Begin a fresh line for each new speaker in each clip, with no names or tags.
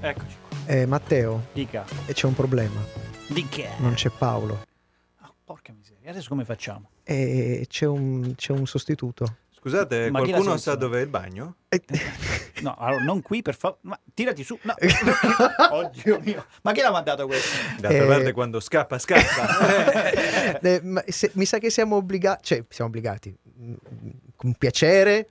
Eccoci qua.
Eh, Matteo,
Dica.
eh, c'è un problema.
Di che?
Non c'è Paolo.
Ah, porca miseria. Adesso come facciamo?
E c'è un, c'è un sostituto.
Scusate,
Ma chi la seleziona?
qualcuno sa dov'è il bagno?
Eh,
No, allora non qui, per favore. Ma tirati su. No. Oddio mio. Ma chi l'ha mandato questo?
D'altra
Eh.
parte quando scappa, scappa. Eh,
eh, ma se- mi sa che siamo obbligati, cioè siamo obbligati, mm, con piacere.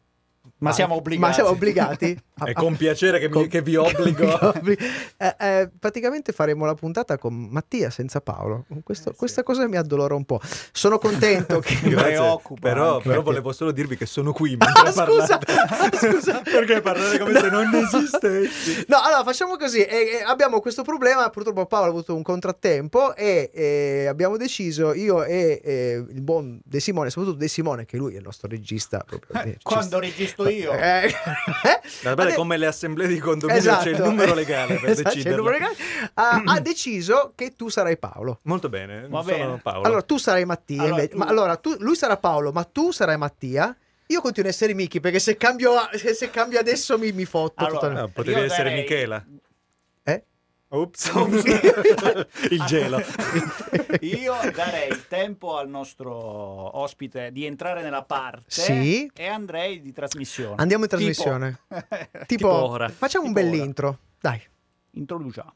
Ah,
Ma siamo obbligati.
Ma siamo obbligati. a-
È
a-
con piacere che, mi-
con-
che vi obbligo.
che obbli- eh, eh, praticamente faremo la puntata con Mattia senza Paolo. Questo-
Eh, sì.
Questa cosa mi addolora un po'. Sono contento che...
Grazie,
preoccupa
però,
anche.
però volevo solo dirvi che sono qui mentre
Ah, scusa,
parlate.
scusa.
Perché parlare come se non esistessi?
No, allora facciamo così. eh, eh, abbiamo questo problema. Purtroppo Paolo ha avuto un contrattempo e eh, abbiamo deciso io e eh, il buon De Simone, soprattutto De Simone, che lui è il nostro regista. Proprio, eh,
Quando registro io.
Eh, eh,
Vabbè,
ade-
come le assemblee di condominio c'è il
esatto.
numero legale per
Esatto, c'è il
deciderlo.
numero legale. Ha, ha deciso che tu sarai Paolo.
Molto bene,
Va
sono
bene.
Paolo.
Allora tu sarai Mattia.
Allora,
invece-
tu-
Ma allora tu- lui sarà Paolo, ma tu sarai Mattia. Io continuo a essere Miki perché se cambio, a- se, se cambio adesso mi, mi fotto. totalmente.
No, potevi
io
essere
darei-
Michela.
Eh?
Ops, il
Ah.
gelo.
Io darei il tempo al nostro ospite di entrare nella parte
Sì.
e andrei di trasmissione.
Andiamo in
Tipo-
trasmissione. Tipo,
Tipo ora.
facciamo
Eh, Tipo
un
ora.
bell'intro. Dai.
Introduciamo.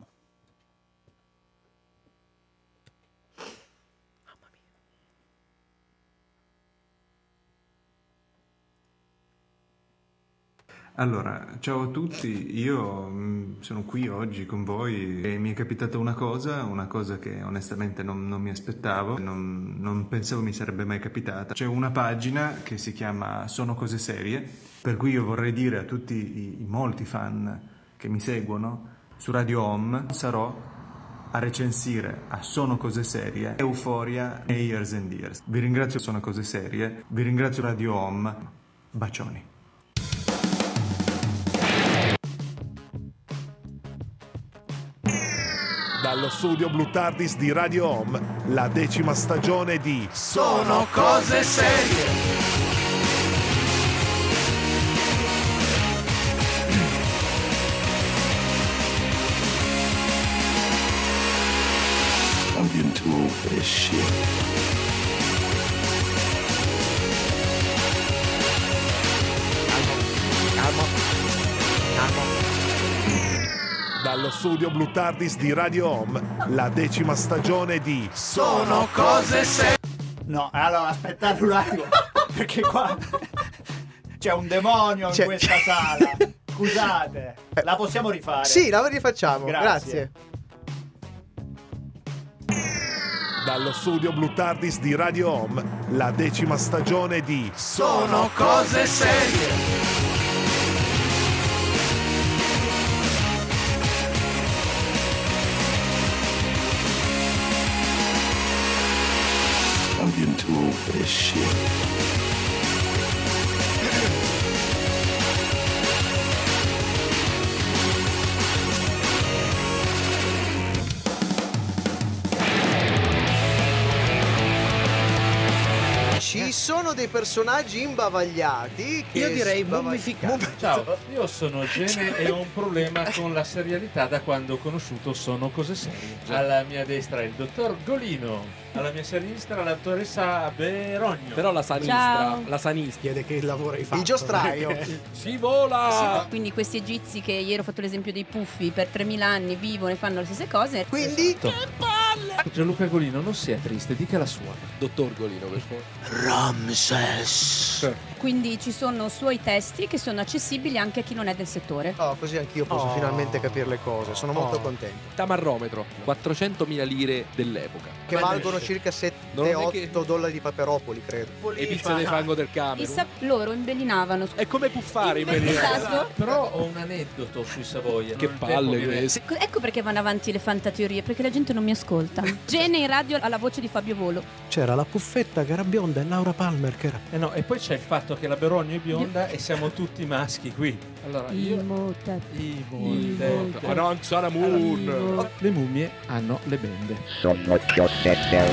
Allora, ciao a tutti, io mh, sono qui oggi con voi e mi è capitata una cosa, una cosa che onestamente non, non mi aspettavo, non, non pensavo mi sarebbe mai capitata. C'è una pagina che si chiama Sono cose serie, per cui io vorrei dire a tutti i, i molti fan che mi seguono, su Radio Home sarò a recensire a Sono Cose Serie, Euforia e Years and Years. Vi ringrazio Sono Cose Serie, vi ringrazio Radio Home, bacioni.
Dallo studio Blue Tardis di Radio Home, la decima stagione di Sono cose serie.
I'm getting too old for this shit.
Dallo studio Blue Tardis di Radio Home, la decima stagione di Sono cose serie.
No, allora aspettate un attimo, perché qua c'è un demonio
C'è- Eh.
in questa sala. Scusate, la possiamo rifare?
Sì, la rifacciamo. Grazie.
Grazie.
Dallo studio Blue Tardis di Radio Home, la decima stagione di Sono cose serie.
I'm getting too old for this shit.
Ci sono dei personaggi imbavagliati. Che
Io direi
sbavag-
mummificati.
Mum-
Ciao, io sono Gene e ho un problema con la serialità da quando ho conosciuto Sono Cose Serie. Alla mia destra il dottor Golino, alla mia sinistra la dottoressa Berogno.
Però la sinistra,
Ciao.
la sinistra,
Il giostraio.
si vola!
Quindi questi egizi che ieri ho fatto l'esempio dei puffi per 3000 anni vivono e fanno le stesse cose.
Quindi
Esatto.
Gianluca Golino, non sia triste, dica la sua.
Dottor Golino, per favore.
Quindi ci sono suoi testi che sono accessibili anche a chi non è del settore.
Oh, così anch'io posso
Oh.
finalmente capire le cose. Sono molto
Oh.
contento.
Tamarrometro, 400.000 lire dell'epoca.
Che
Ma
valgono
invece-
circa
Non è
7-8
che-
dollari di paperopoli, credo.
E pizza di fango del
I
Camerun.
sap- loro imbellinavano.
È come puffare in
Il
verità.
tasco.
Però ho un aneddoto sui Savoia.
Che
non il tempo
palle
mi resta.
queste.
Co- Ecco perché vanno avanti le fantateorie, perché la gente non mi ascolta. Gene in radio alla voce di Fabio Volo.
C'era la puffetta che era bionda e Laura Palmer che era...
Eh no, e poi c'è il fatto che la Berogno è bionda e siamo tutti maschi qui. Allora, io...
Imhotep.
I
Imhotep.
volte.
Anon Xana Moon.
Imhotep.
Le mummie hanno le bende.
Sono cose serie.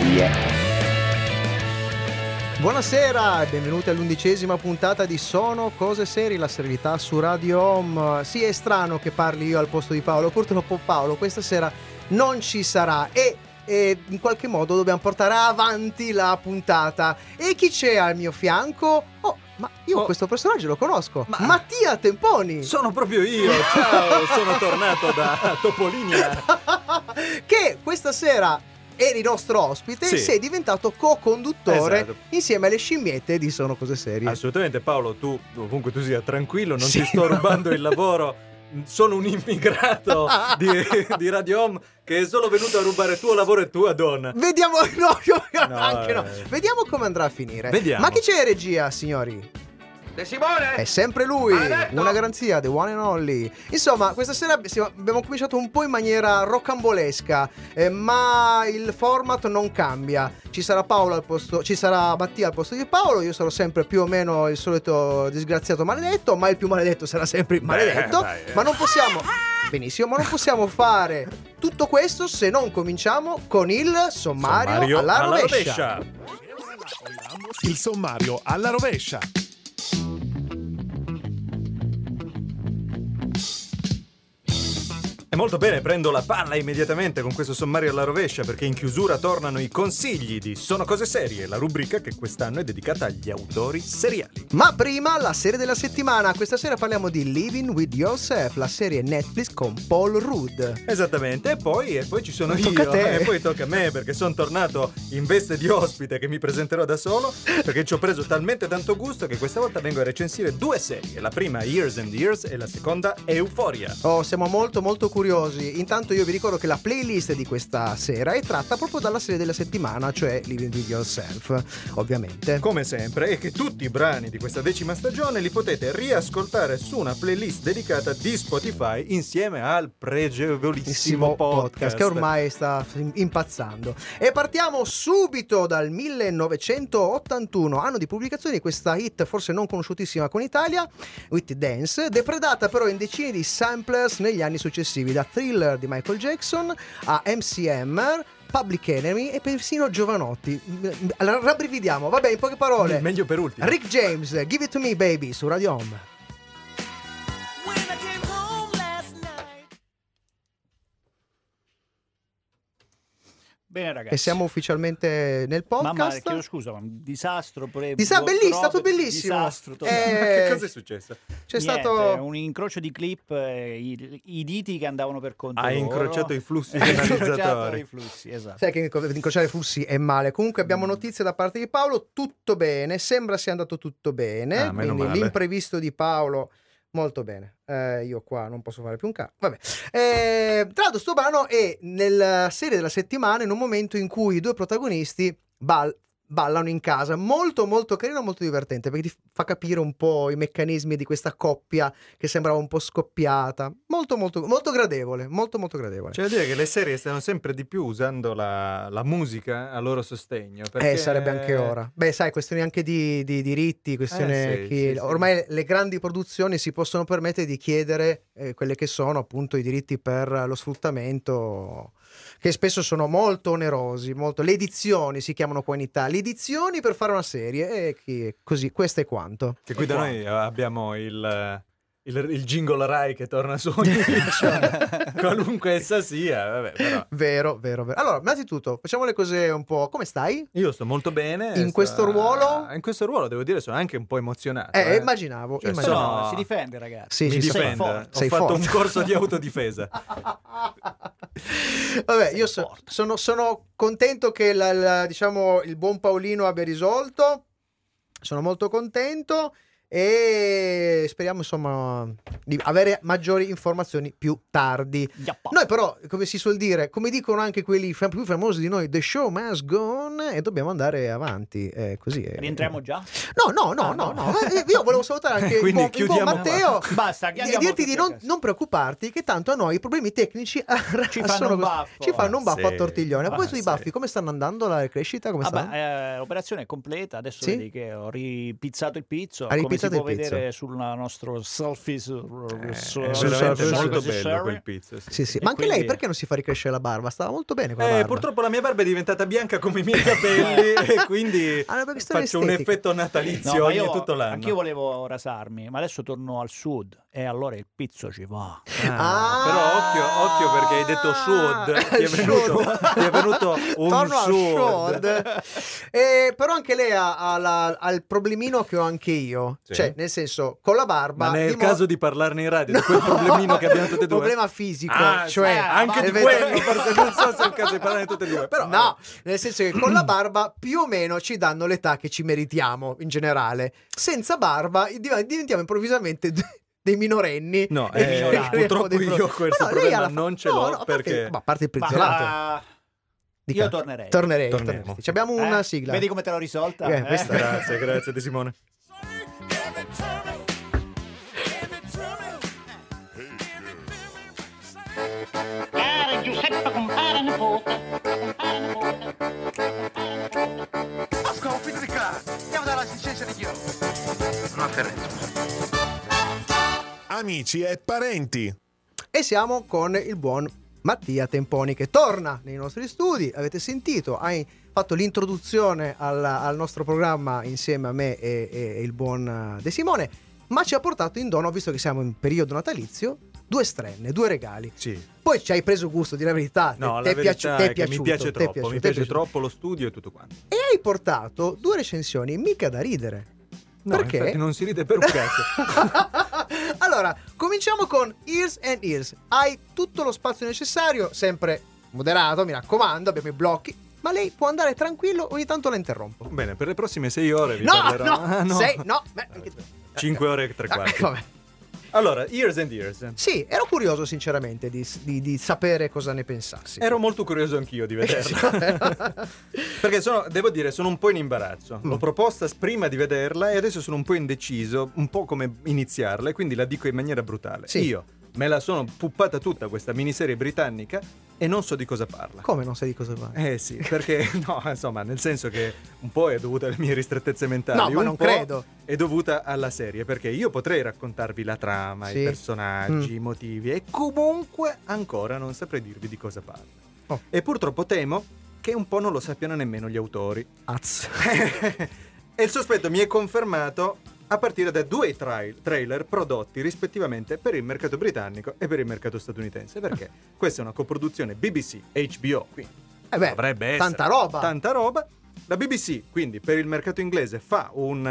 Buonasera e benvenuti all'undicesima puntata di Sono Cose Serie, la serialità su Radio Home. Sì, è strano che parli io al posto di Paolo, purtroppo Paolo questa sera non ci sarà e, e in qualche modo dobbiamo portare avanti la puntata. E chi c'è al mio fianco? Oh, ma io questo personaggio lo conosco, Mattia Temponi.
Sono proprio io, ciao, sono tornato da Topolinia.
che questa sera eri nostro ospite
Sì.
e sei diventato co-conduttore
Esatto.
insieme alle scimmiette di Sono Cose Serie.
Assolutamente Paolo, tu ovunque tu sia tranquillo, non
Sì.
ti sto rubando il lavoro. Sono un immigrato di, di Radio Home che è solo venuto a rubare il tuo lavoro e tua donna.
Vediamo, no, io
No,
anche no.
eh.
Vediamo come andrà a finire.
Vediamo.
Ma chi c'è in regia, signori?
De Simone!
È sempre lui, una garanzia, the one and only. Insomma, questa sera abbi- siamo- abbiamo cominciato un po' in maniera rocambolesca, eh, ma il format non cambia. Ci sarà Paolo al posto, ci sarà Mattia al posto di Paolo, io sarò sempre più o meno il solito disgraziato maledetto, ma il più maledetto sarà sempre il maledetto.
dai, eh.
Ma non possiamo Benissimo, ma non possiamo fare tutto questo se non cominciamo con il sommario,
Sommario
alla,
alla
rovescia.
rovescia. Il sommario alla rovescia.
E molto bene, prendo la palla immediatamente con questo sommario alla rovescia perché in chiusura tornano i consigli di Sono cose serie, la rubrica che quest'anno è dedicata agli autori seriali.
Ma prima la serie della settimana. Questa sera parliamo di Living with Yourself, la serie Netflix con Paul Rudd.
Esattamente, e poi, e poi ci sono
Tocca
io
a te.
e poi tocca a me perché sono tornato in veste di ospite che mi presenterò da solo perché ci ho preso talmente tanto gusto che questa volta vengo a recensire due serie, la prima Years and Years e la seconda Euphoria.
Oh, siamo molto molto curiosi. Intanto io vi ricordo che la playlist di questa sera è tratta proprio dalla serie della settimana, cioè Living with Yourself, ovviamente.
Come sempre, e che tutti i brani di questa decima stagione li potete riascoltare su una playlist dedicata di Spotify insieme al pregevolissimo podcast.
podcast che ormai sta impazzando. E partiamo subito dal 1981, anno di pubblicazione di questa hit forse non conosciutissima con Italia, With Dance, depredata però in decine di samplers negli anni successivi, da Thriller di Michael Jackson a MCM. Public Enemy e persino Giovanotti. Allora, rabbrividiamo, vabbè, in poche parole.
Meglio per ultimo.
Rick James, Give It To Me Baby su Radio Home.
Bene ragazzi.
E siamo ufficialmente nel podcast.
Mamma, chiedo scusa, ma un disastro. Pre-
Disa-
bro-
bellissimo, è stato
robe-
bellissimo.
disastro,
Eh,
totale.
Che cosa è
successo?
C'è
Niente,
stato-
un incrocio di clip, eh, i, i diti che andavano per conto
Ha
Boh.
loro.
incrociato i flussi
Ha incrociato
canalizzatori.
i flussi, esatto.
Sai che inco- incrociare flussi è male. Comunque
Mm.
abbiamo notizie da parte di Paolo, tutto bene, sembra sia andato tutto bene.
Ah, meno
Quindi
male.
l'imprevisto di Paolo, molto bene. Eh, io qua non posso fare più un cazzo. Vabbè. Eh, tra l'altro sto brano è nella serie della settimana in un momento in cui i due protagonisti bal- ballano in casa. Molto molto carino, molto divertente perché ti fa capire un po' i meccanismi di questa coppia che sembrava un po' scoppiata. Molto molto, molto gradevole, molto molto gradevole.
C'è da dire che le serie stanno sempre di più usando la, la musica a loro sostegno.
Eh, sarebbe anche ora. Beh, sai, questioni anche di, di diritti, questione
Eh, sì,
chi-
sì, sì.
ormai le grandi produzioni si possono permettere di chiedere eh, quelle che sono appunto i diritti per lo sfruttamento che spesso sono molto onerosi, molto... le edizioni si chiamano qua in Italia, le edizioni per fare una serie e chi- così, questo è quanto.
Che qui da noi eh, abbiamo il, il, il jingle Rai che torna su ogni edizione, qualunque essa sia. Vabbè, però.
Vero, vero, vero. Allora, innanzitutto, facciamo le cose un po'... Come stai?
Io sto molto bene.
In
sto-
questo ruolo?
In questo ruolo, devo dire, sono anche un po' emozionato.
Eh,
eh.
immaginavo,
Cioè,
immaginavo.
sono-
Si difende ragazzi.
Sì,
Mi
sì, sei
difendo.
forte, sei
Ho fatto
forte. Eh,
un corso di autodifesa.
Vabbè, io so- sono, sono contento che la- la- diciamo, il buon Paolino abbia risolto. Sono molto contento e speriamo insomma di avere maggiori informazioni più tardi.
Yappa.
Noi però, come si suol dire, come dicono anche quelli fam- più famosi di noi, the show must go on e dobbiamo andare avanti. eh, così è.
Rientriamo già?
No, no, no, no, no. Eh, Io volevo salutare anche il
Quindi
buon, il buon
chiudiamo
Matteo.
qua. Basta,
di-
andiamo
dirti
tutti
di
a
non,
casa.
non preoccuparti, che tanto a noi i problemi tecnici ci,
fanno un baffo.
ci fanno un
Ah,
baffo a
sì.
tortiglione. A
Ah,
proposito di
sì.
baffi, come stanno
Ah,
andando la crescita? Come
Vabbè,
stanno?
eh, l'operazione è eh, completa, adesso
Sì?
vedi che ho ripizzato il pizzo, come
Hai
si
pizza
può
del pizzo.
vedere sul nostro selfie su, su-
Eh, è
su-
veramente
su-
molto
su-
bello
su-
quel pizzo. sì.
Sì, sì.
E
Ma anche
quindi-
lei perché non si fa ricrescere la barba? Stava molto bene quella
Eh,
barba.
purtroppo la mia barba è diventata bianca come i miei capelli e quindi
Ah, no, perché
faccio
stava
un
estetica.
effetto natalizio
No, ma
ogni
io,
tutto l'anno.
Anch'io volevo rasarmi, ma adesso torno al sud e allora il pizzo ci va.
Ah!
Però occhio, occhio perché hai detto sud, ti è venuto,
Sud.
ti è venuto un
Torno al
sud.
Sud. Eh, però anche lei ha, ha la- ha il problemino che ho anche io.
Sì.
Cioè, nel senso, con la barba...
Ma nel
dimor-
caso di parlarne in radio, di quel
No.
problemino che abbiamo tutti e due.
Problema fisico,
Ah,
cioè...
sì, anche di
nel
quello,
vedere-
forse non so se è il caso di parlare di tutte e due. Però,
No, nel senso che con la barba più o meno ci danno l'età che ci meritiamo in generale. Senza barba div- diventiamo improvvisamente de- dei minorenni.
No,
E
eh,
creiamo
purtroppo
dei
io questo
lei
problema
alla
non ce
no,
l'ho
no, a parte-
perché-
ma a parte il
Ma-
prezzolato.
ma-
Dica.
io tornerei.
Tornerei.
Torneremo.
torneresti. Ci abbiamo una
Eh?
sigla.
Vedi come te l'ho risolta?
Eh, questa-
Grazie, grazie De Simone.
Amici e parenti.
E siamo con il buon Mattia Temponi che torna nei nostri studi. Avete sentito, hai fatto l'introduzione alla- al nostro programma insieme a me e, e- e il buon eh, De Simone, ma ci ha portato in dono, visto che siamo in periodo natalizio, due strenne, due regali.
Sì.
Poi ci hai preso gusto, di la verità.
No, la
ti è
verità
piaci- ti
è
è
che
piaciuto,
mi piace
ti è
troppo,
piaciuto,
mi
ti è
piace
piaciuto.
troppo lo studio e tutto quanto.
E hai portato due recensioni mica da ridere.
No,
Perché?
infatti non si ride per un cazzo.
allora, cominciamo con Ears and Ears. Hai tutto lo spazio necessario, sempre moderato, mi raccomando, abbiamo i blocchi, ma lei può andare tranquillo, ogni tanto la interrompo.
Bene, per le prossime 6 ore vi
no,
parlerò.
no,
Ah,
sei, no, beh, anche-
5 ore e tre
Ah,
quarti.
vabbè.
Allora, Years and Years.
Sì, ero curioso sinceramente di, di- di sapere cosa ne pensassi.
Ero molto curioso anch'io di vederla. Perché sono, devo dire, sono un po' in imbarazzo. L'ho
Mm.
proposta prima di vederla e adesso sono un po' indeciso, un po' come iniziarla, e quindi la dico in maniera brutale.
Sì.
Io me la sono puppata tutta questa miniserie britannica e non so di cosa parla.
Come non sai di cosa va?
eh sì, perché no, insomma, nel senso che un po' è dovuta alle mie ristrettezze mentali.
no, ma
un
non
po'
credo.
È dovuta alla serie, perché io potrei raccontarvi la trama,
Sì. Mm.
i personaggi, i motivi, e comunque ancora non saprei dirvi di cosa parla.
Oh.
E purtroppo temo che un po' non lo sappiano nemmeno gli autori.
Az.
e il sospetto mi è confermato a partire da due trail- trailer prodotti rispettivamente per il mercato britannico e per il mercato statunitense, perché questa è una coproduzione BBC HBO, quindi
Eh beh,
dovrebbe essere
tanta roba.
tanta roba. La BBC, quindi, per il mercato inglese fa un,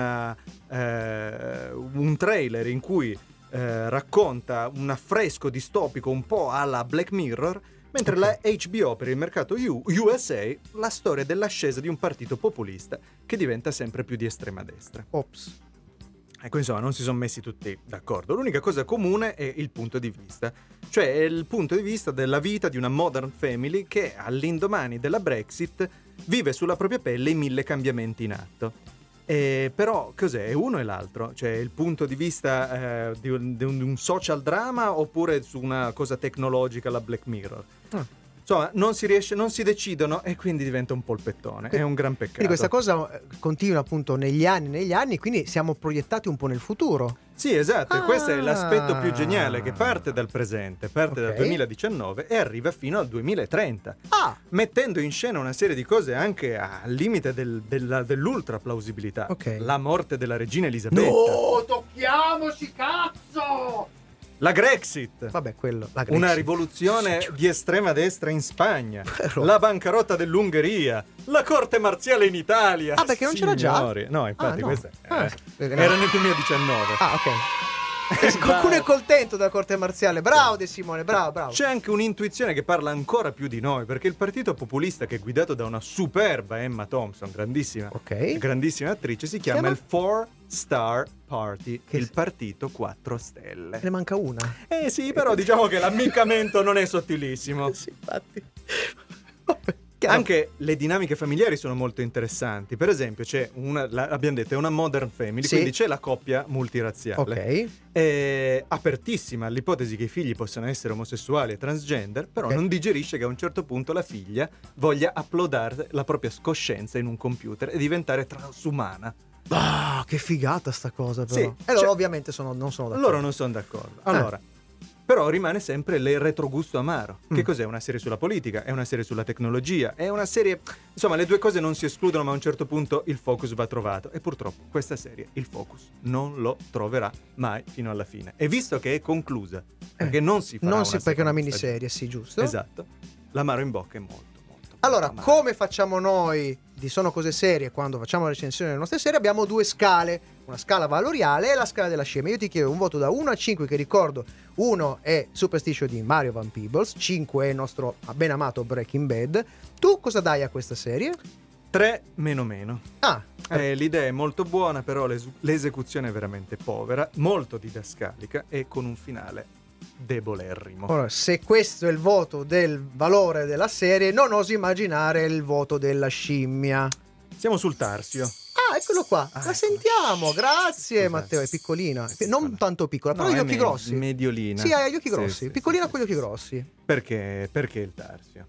eh, un trailer in cui eh, racconta un affresco distopico un po' alla Black Mirror, mentre la HBO per il mercato U- USA la storia dell'ascesa di un partito populista che diventa sempre più di estrema destra.
Ops.
Ecco, insomma, non si sono messi tutti d'accordo. L'unica cosa comune è il punto di vista, cioè è il punto di vista della vita di una modern family che all'indomani della Brexit vive sulla propria pelle i mille cambiamenti in atto. Eh, però cos'è? È uno e l'altro? Cioè il punto di vista eh, di, un, di un- di un social drama oppure su una cosa tecnologica, la Black Mirror?
Ah.
Insomma, non si riesce, non si decidono e quindi diventa un polpettone. È un gran peccato.
Quindi questa cosa eh, continua appunto negli anni, negli anni, quindi siamo proiettati un po' nel futuro.
Sì, esatto, e
Ah.
questo è l'aspetto più geniale che parte dal presente, parte dal
Ok.
2019 e arriva fino al 2030,
Ah,
mettendo in scena una serie di cose anche al limite del- della- dell'ultra plausibilità.
Ok.
La morte della regina Elisabetta,
tocchiamoci cazzo!
la Grexit,
Vabbè, quello, la
una
Grexit.
rivoluzione di estrema destra in Spagna,
Però-
la bancarotta dell'Ungheria, la corte marziale in Italia.
Ah, perché non c'era già?
Signori, No, infatti
Ah, no.
questa eh,
Ah, eh, no.
era Eh, nel 2019.
Ah, ok. Qualcuno è contento della corte marziale. Bravo De Simone, bravo, bravo.
C'è anche un'intuizione che parla ancora più di noi, perché il partito populista che è guidato da una superba Emma Thompson, grandissima,
Ok.
grandissima attrice, si chiama,
Chiama?
il Four Star Party,
Che
il
si-
partito 4 stelle.
Ne manca una.
Eh sì, però diciamo che l'ammiccamento non è sottilissimo.
Sì, infatti. Vabbè, chiaro.
Anche le dinamiche familiari sono molto interessanti. Per esempio, c'è una, la- abbiamo detto, è una modern family,
Sì.
quindi c'è la coppia multirazziale.
Ok.
è apertissima all'ipotesi che i figli possano essere omosessuali e transgender, però
Ok.
non digerisce che a un certo punto la figlia voglia uploadare la propria coscienza in un computer e diventare transumana.
Ah, che figata sta cosa però.
Sì,
e loro
cioè-
ovviamente sono- non sono d'accordo. Ah.
Loro non sono d'accordo. Allora, però rimane sempre il retrogusto amaro. Che
Mm.
cos'è? Una serie sulla politica, è una serie sulla tecnologia, è una serie... Insomma, le due cose non si escludono, ma a un certo punto il focus va trovato. E purtroppo questa serie, il focus, non lo troverà mai fino alla fine. E visto che è conclusa, perché non si farà
Eh. Non
una
si- perché è una
seconda
miniserie, sì, giusto?
Esatto. L'amaro in bocca è molto.
Allora, come facciamo noi di sono cose serie quando facciamo la recensione delle nostre serie? Abbiamo due scale, una scala valoriale e la scala della scimmia. Io ti chiedo un voto da 1 a 5 che ricordo, 1 è Superstition di Mario Van Peebles, 5 è il nostro ben amato Breaking Bad. Tu cosa dai a questa serie?
3 meno meno.
Ah.
Eh, l'idea è molto buona, però l'es- l'esecuzione è veramente povera, molto didascalica e con un finale debolerrimo.
Ora, se questo è il voto del valore della serie, non oso immaginare il voto della scimmia.
Siamo sul Tarsio.
Ah, eccolo qua.
ecco.
La sentiamo. Grazie, Matteo. È piccolina. Non tanto piccola, però
No,
ha gli
è
occhi
me-
grossi.
mediolina.
Sì, ha gli occhi
Sì,
grossi.
sì,
piccolina con gli occhi grossi.
Perché, perché il Tarsio?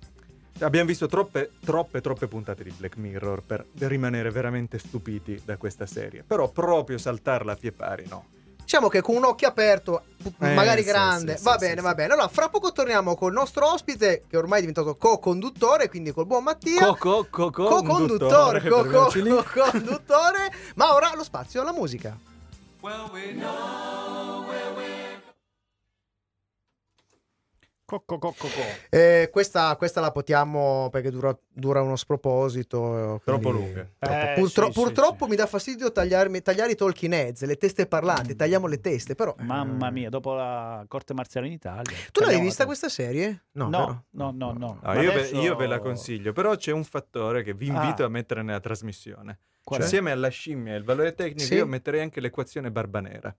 Abbiamo visto troppe, troppe, troppe puntate di Black Mirror per rimanere veramente stupiti da questa serie. Però proprio saltarla a pie pari, no.
Diciamo che con un occhio aperto, p-
Eh,
magari
sì,
grande.
sì,
va
sì,
bene,
sì,
va bene. Allora, fra poco torniamo col nostro ospite, che ormai è diventato co-conduttore, quindi col buon Mattia.
Co-co- co-
Co-conduttore,
conduttore, per
co-co-
Goccini.
co-conduttore. Ma ora lo spazio alla musica.
Cocco, cocco, co.
Eh, questa, questa la potiamo perché dura, dura uno sproposito. eh,
Troppo
quindi-
lunghe.
troppo.
Eh,
Purtro-
sì, sì,
purtroppo mi dà fastidio tagliarmi- tagliare i talking heads, le teste parlanti. Tagliamo le teste, però.
Mm. Mamma mia, dopo la corte marziale in Italia.
Eh. Tu l'hai
Parliamo-
vista questa serie?
No,
vero?
no, no, no.
No,
Ma
Ah, io,
adesso-
ve, io ve la consiglio, però c'è un fattore che vi invito
Ah.
a mettere nella trasmissione.
Qual
è?
Insieme alla scimmia e il valore tecnico,
Cioè Sì.
io metterei anche l'equazione barbanera.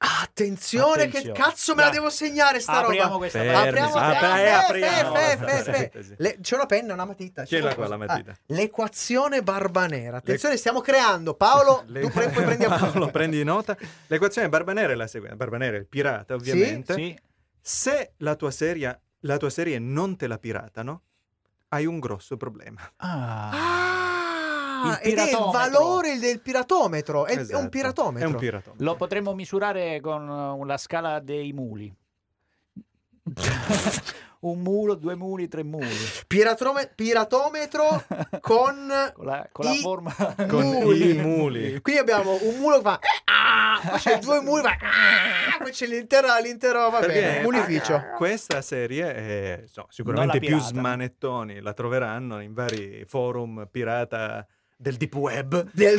Attenzione,
Attenzione.
che cazzo me la
Dai.
devo segnare sta
Apriamo
roba.
questa
Fermi,
parte.
Apriamo, ah,
apri-
fe-
apriamo.
fe- fe- fe-
Aspetta,
fe-
sì.
le- c'è una penna, una matita. c'è
Ce l'ha
qualcosa.
qua la matita.
Ah, l'equazione barbanera. Attenzione, stiamo creando. Paolo,
Le-
tu pre- poi prendi a
Paolo, prendi nota. L'equazione barbanera è la seguente. Barbanera è il pirata, ovviamente.
Sì.
Se la tua, serie, la tua serie non te la piratano, hai un grosso problema.
Ah.
Ah,
Il
ed è il
piratometro.
valore del piratometro. È, è un
Esatto.
piratometro.
È un piratometro.
Lo potremmo misurare con eh, la scala dei muli. Un mulo, due muli, tre muli.
Piratrome- piratometro con,
Con la, con la
I-
forma...
Con
muli.
i muli.
Qui abbiamo un muro che fa. eh, ah, poi c'è due muri che fa. ah, poi c'è l'intero, l'intero va
Perché- ah,
bene, mulificio.
Questa serie è so, sicuramente
Non la
più
pirata.
smanettoni la troveranno in vari forum pirata del deep web.
Del-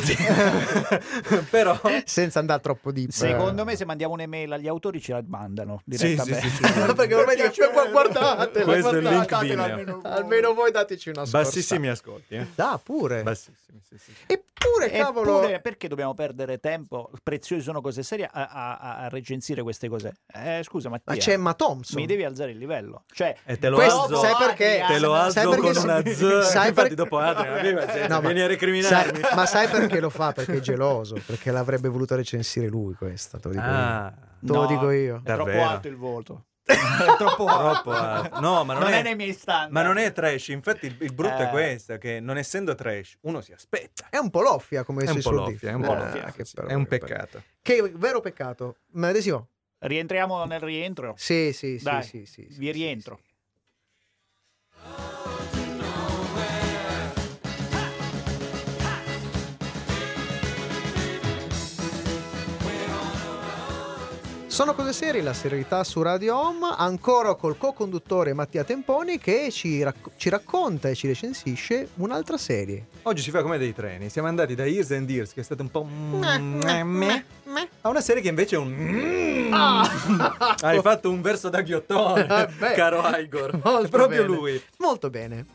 Però
Senza andare troppo deep.
Secondo me se mandiamo un'email agli autori ce la mandano
Sì, sì,
direttamente.
sì, sì, sì.
Perché ormai "Cioè, dice, guardatela,
Questo è il link
guardatela,
video.
almeno, almeno voi dateci una scorsa.
bassissimi ascolti. eh.
Da pure.
Bassissimi, sì, sì.
Eppure, cavolo.
Eppure, perché dobbiamo perdere tempo? Preziosi sono cose serie a, a- a- a recensire queste cose. Eh, scusa, Mattia,
Ma c'è Emma Thompson.
mi devi alzare il livello. Cioè,
E Eh, te lo
Questo-
alzo,
sai perché?
te lo alzo
Sai perché
con
si-
una z.
sai
Infatti
perché-
dopo Adrian, arriva, senti,
No, ma-
vieni Eh, a
Sai-
recriminarmi.
ma sai perché lo fa? Perché è geloso. Perché l'avrebbe voluto recensire lui questa. Te lo dico io.
Ah,
Te lo dico io.
È
Davvero?
troppo alto il volto. È troppo alto.
troppo alto. No, ma non,
Non
è,
è nei miei standard.
Ma non è trash, infatti il, il brutto è
Eh.
questo, che non essendo trash uno si aspetta.
È un po' loffia come
È
si
un po'
suol
loffia,
dire.
è un po'
Eh,
loffia,
che
sì, sì.
però-
È un peccato.
Che vero peccato. Ma adesivo?
Rientriamo nel rientro.
Sì, sì, sì,
Dai,
sì, sì, sì,
vi
sì,
rientro.
sì. Sono cose serie, la serietà su Radio Home, ancora col co-conduttore Mattia Temponi che ci, rac- ci racconta e ci recensisce un'altra serie.
Oggi si fa come dei treni, siamo andati da Ears and Ears, che è stato un po' un meh, a una serie che invece è un... mmm. Hai fatto un verso daghiottone,
Eh, beh.
caro Igor.
Molto
È proprio
bene.
lui.
Molto bene.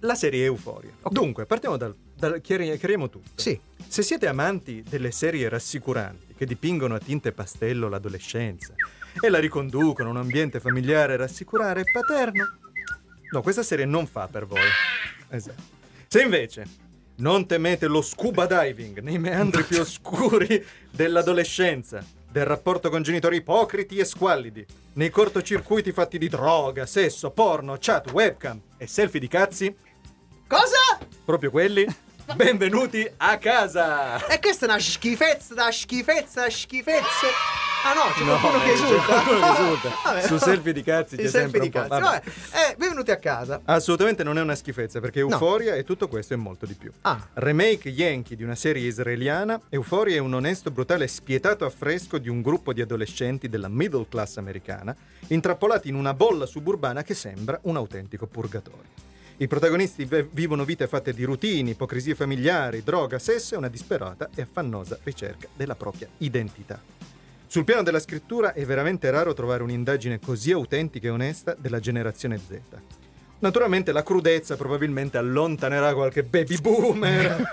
La serie è Euforia. Dunque, partiamo dal... dal chiari- chiariamo tutto.
Sì.
Se siete amanti delle serie rassicuranti che dipingono a tinte pastello l'adolescenza e la riconducono a un ambiente familiare rassicurare e paterno, no, questa serie non fa per voi. Esatto. Se invece non temete lo scuba diving nei meandri più oscuri dell'adolescenza, del rapporto con genitori ipocriti e squallidi, nei cortocircuiti fatti di droga, sesso, porno, chat, webcam e selfie di cazzi,
Cosa?
proprio quelli, Benvenuti a casa!
E questa è una schifezza, da schifezza, da schifezza. Ah no, c'è qualcuno
No, eh,
che
c'è
esulta.
qualcuno che esulta.
Vabbè,
Su
no.
selfie di cazzi
I
c'è
selfie
sempre
di
un po'.
cazzi.
Vabbè.
Vabbè, eh, benvenuti a casa.
Assolutamente non è una schifezza, perché
No.
Euphoria e tutto questo e molto di più.
Ah.
Remake Yankee di una serie israeliana, Euphoria è un onesto, brutale e spietato affresco di un gruppo di adolescenti della middle class americana, intrappolati in una bolla suburbana che sembra un autentico purgatorio. I protagonisti ve- vivono vite fatte di routine, ipocrisie familiari, droga, sesso e una disperata e affannosa ricerca della propria identità. Sul piano della scrittura è veramente raro trovare un'indagine così autentica e onesta della generazione Z. Naturalmente la crudezza probabilmente allontanerà qualche baby boomer,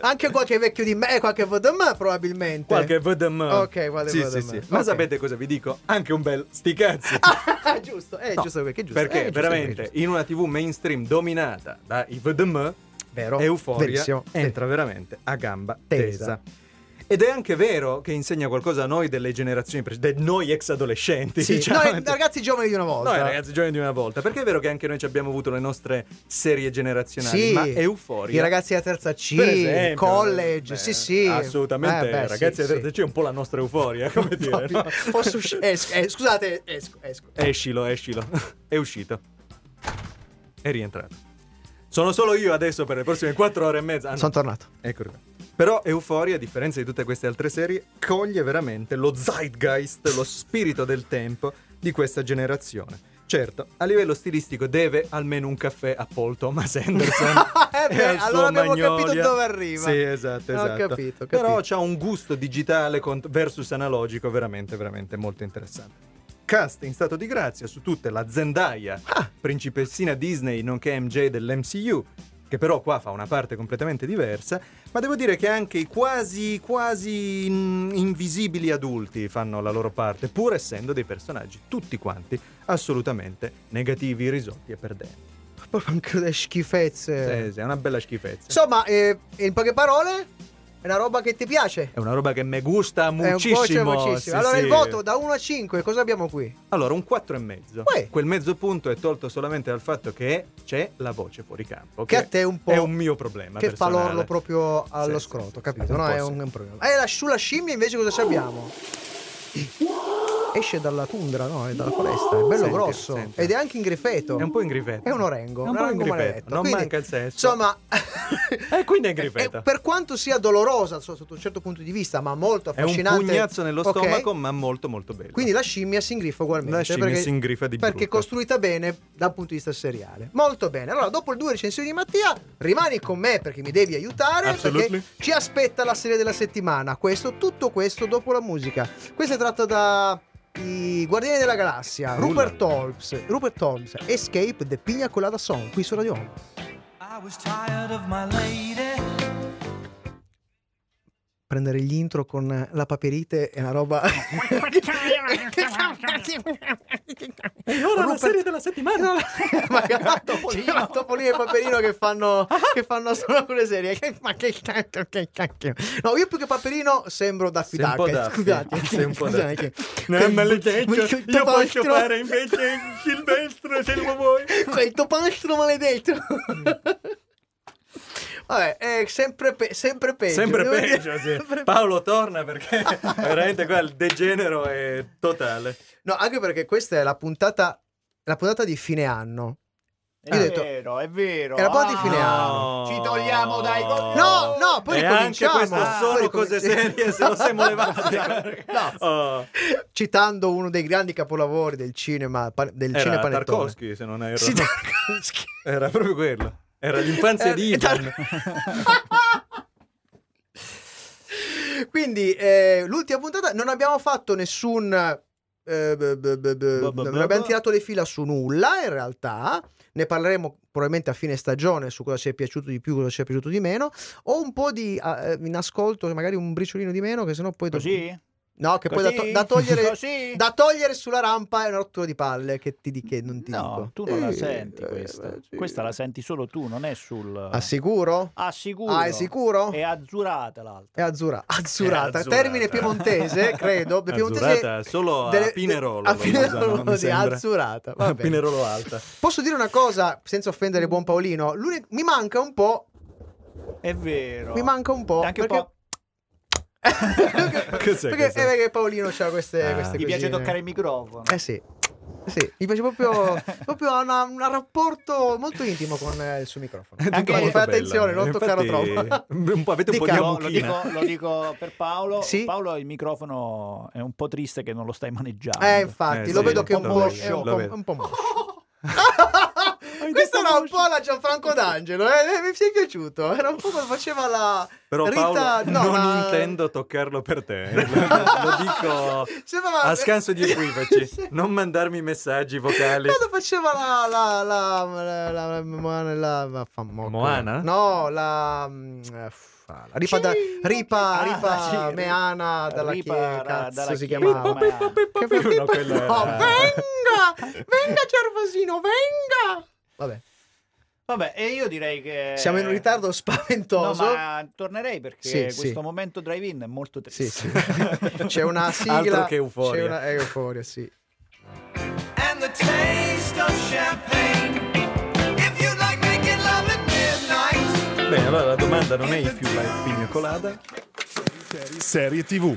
Anche qualche vecchio di me, eh, qualche VDM probabilmente.
qualche VDM.
Ok, qualche
sì,
VDM.
Sì, sì. Ma
Ok.
sapete cosa vi dico? Anche un bel sticazzi.
Ah, giusto, eh, giusto perché è giusto.
Perché
eh, giusto,
veramente
giusto.
in una TV mainstream dominata dai VDM,
Vero.
Euforia
Verissimo.
entra veramente a gamba
Tesa.
tesa. Ed è anche vero che insegna qualcosa a noi delle generazioni precedenti, dai noi ex adolescenti,
Sì,
diciamo.
noi ragazzi giovani di una volta.
Noi ragazzi giovani di una volta, perché è vero che anche noi ci abbiamo avuto le nostre serie generazionali,
Sì.
ma Euforia.
I ragazzi della terza C,
per esempio,
college,
beh,
sì, sì.
Assolutamente,
Eh, beh,
ragazzi,
sì,
della terza C è un po' la nostra euforia, come dire.
sì.
no?
Posso usci- esco- eh, scusate, esco, esco.
Escilo, escilo. È uscito. È rientrato. Sono solo io adesso per le prossime 4 ore e mezza. Ah, no.
Sono tornato.
Ecco qua. Però Euphoria, a differenza di tutte queste altre serie, coglie veramente lo zeitgeist, lo spirito del tempo di questa generazione. Certo, a livello stilistico deve almeno un caffè a Paul Thomas Anderson.
Eh beh,
e al suo
allora abbiamo capito
Magnolia.
dove arriva.
Sì, esatto,
Ho
esatto.
capito, ho
Però
capito.
c'ha un gusto digitale cont- versus analogico veramente, veramente molto interessante. Cast in stato di grazia su tutte la Zendaya,
Ah.
principessina Disney nonché MJ dell'MCU, che però qua fa una parte completamente diversa, ma devo dire che anche i quasi, quasi in- invisibili adulti fanno la loro parte, pur essendo dei personaggi tutti quanti assolutamente negativi, risotti e perdenti.
Proprio anche le schifezze.
Sì, sì, è una bella schifezza.
Insomma, eh, in poche parole, è una roba che ti piace.
È una roba che mi gusta
È un po' c'è
muchissimo.
vocissimo.
sì,
allora
sì.
il voto da 1 a 5, cosa abbiamo qui?
Allora, un 4 e mezzo.
Uè.
Quel mezzo punto è tolto solamente dal fatto che c'è la voce fuori campo.
Che a te è un po'.
È un mio problema.
Che fa
personale.
l'orlo proprio allo
Sì,
scroto,
sì, sì,
capito?
sì, un
no,
po'
è
sì.
un, è un problema. E la, sulla scimmia invece cosa ci abbiamo? Esce dalla tundra, no? È dalla foresta, è bello
Senti,
grosso.
senti.
Ed è anche ingrifeto.
È un po' in grifetto.
È un orengo.
È un po' in
orengo
grifetto,
maledetto.
non
Quindi,
manca il sesso.
Insomma.
E quindi è in grifetto.
eh, Per quanto sia dolorosa so- sotto un certo punto di vista, ma molto
È un
affascinante.
pugnazzo nello
ok?
stomaco, ma molto, molto bello.
Quindi la scimmia si ingrifa ugualmente.
La scimmia
perché-
si ingrifa di
Perché è
brutto.
costruita bene dal punto di vista seriale. Molto bene. Allora, dopo le due recensioni di Mattia, rimani con me perché mi devi aiutare. Perché
Absolutely.
ci aspetta la serie della settimana. Questo, tutto questo dopo la musica. Questo è tratto da. I Guardiani della Galassia,
Nulla.
Rupert Holmes, Rupert Holmes, Escape the Pina Colada Song, qui su Radio Home. Prendere gli intro con la paperite è una roba.
E ora la
Rupert-
serie della settimana.
Ma che fa Topolino? Ma Topolino e Paperino che fanno,
Ah.
che fanno solo quelle serie. Che- Ma che cacchio, che cacchio. No, io più che Paperino sembro Daffy
Sei un po'
Duck. eh,
Daffy.
Scusate.
Sei un po'
Scusate.
Daffy.
Quel- quel topastro-
invece Silvestro se lo vuoi.
Quel topastro maledetto. Vabbè, è sempre, pe- sempre peggio.
Sempre
devo dire.
peggio, sì.
Sempre peggio.
Paolo torna perché veramente qua il degenero è totale.
No, anche perché questa è la puntata, la puntata di fine anno.
È
Io ho detto-
vero, è vero.
Era proprio
Ah,
di fine
anno.
Ci togliamo dai go-
No, no, poi
e anche
ricominciamo.
questo
Ah, poi
sono cose
ricominciamo.
serie, se lo siamo levate.
No.
Oh,
citando uno dei grandi capolavori del cinema, pan- del
era
cinepanettone.
Tarkovsky, se non erro.
Sì, Tarkovsky.
Era proprio quello. Era l'infanzia
Eh,
di
è tar-
Ivan.
Quindi eh, l'ultima puntata non abbiamo fatto nessun eh, b- b- b- b-
Ba- ba-
non
ba-
abbiamo
ba.
tirato le fila su nulla in realtà ne parleremo probabilmente a fine stagione su cosa ci è piaciuto di più cosa ci è piaciuto di meno o un po' di eh, in ascolto magari un briciolino di meno che sennò poi do-
Così?
no che poi da, to-
Così?
da togliere
Così?
da togliere sulla rampa è una rottura di palle che ti di che non ti dico
No, tu non la
Eh,
senti
eh,
questa.
sì.
Questa la senti solo tu, non è sul...
assicuro?
Assicuro.
ah è sicuro?
È azzurata l'altra.
È azzurata, azzurata.
È azzurata.
termine piemontese, credo. Piemontese
Azzurata solo a
delle-
Pinerolo
A
lo
Pinerolo
usano, mi
sì,
sembra.
azzurata. va bene.
Pinerolo Alta.
Posso dire una cosa senza offendere buon Paolino? L'uni- mi manca un po'
È vero.
Eh. Mi manca un po'.
Anche un
perché
po'. Cos'è
perché, eh, perché Paolino c'ha queste,
Ah.
queste
Gli piace
cosine.
toccare il microfono.
Eh sì. Eh sì, mi piace proprio, proprio ha una- un rapporto molto intimo con eh, il suo microfono.
Anche
Quindi fai attenzione, non toccarlo troppo. Eh,
Un po', avete un
Dica,
po'
lo,
di
lo
mucchina.
dico, lo dico per Paolo.
Sì?
Paolo, il microfono è un po' triste che non lo stai maneggiando.
Eh, infatti,
Eh,
lo
sì,
vedo che è un
lo
po',
vedo,
è un
lo
po',
vedo.
un po' moscio. Questa era un po' la Gianfranco D'Angelo, eh, mi è piaciuto. Era un po' come faceva la
Però
Rita.
Paolo,
no,
non
la-
intendo toccarlo per te. eh. lo dico
Sembrava-
a scanso di
Sì.
equivoci. Non mandarmi messaggi vocali.
Quando faceva la. la. la. la. la. la. Moana, la, la fa- mo-
Moana?
No, la. mm, eh, fa- la ripa. da- ripa.
Ah,
ripa.
sì, ri-
meana. Dalla chi
Ripa-
cazzo
dalla
si
chi-
chiamava?
Pippo, pippo,
Che
pippo,
fa-
no, quello era-
No, venga! Venga, Cervasino, venga! Vabbè,
Vabbè, e io direi che.
siamo in un ritardo
Eh. No,
spaventoso.
ma tornerei perché
Sì,
questo
sì.
momento drive-in è molto triste.
Sì, sì. C'è una sigla.
Altro che euforia.
C'è una è euforia, sì.
and the taste of champagne. If you like making love at midnight,
Beh, allora la domanda non è i più la pigna colada.
Serie TV.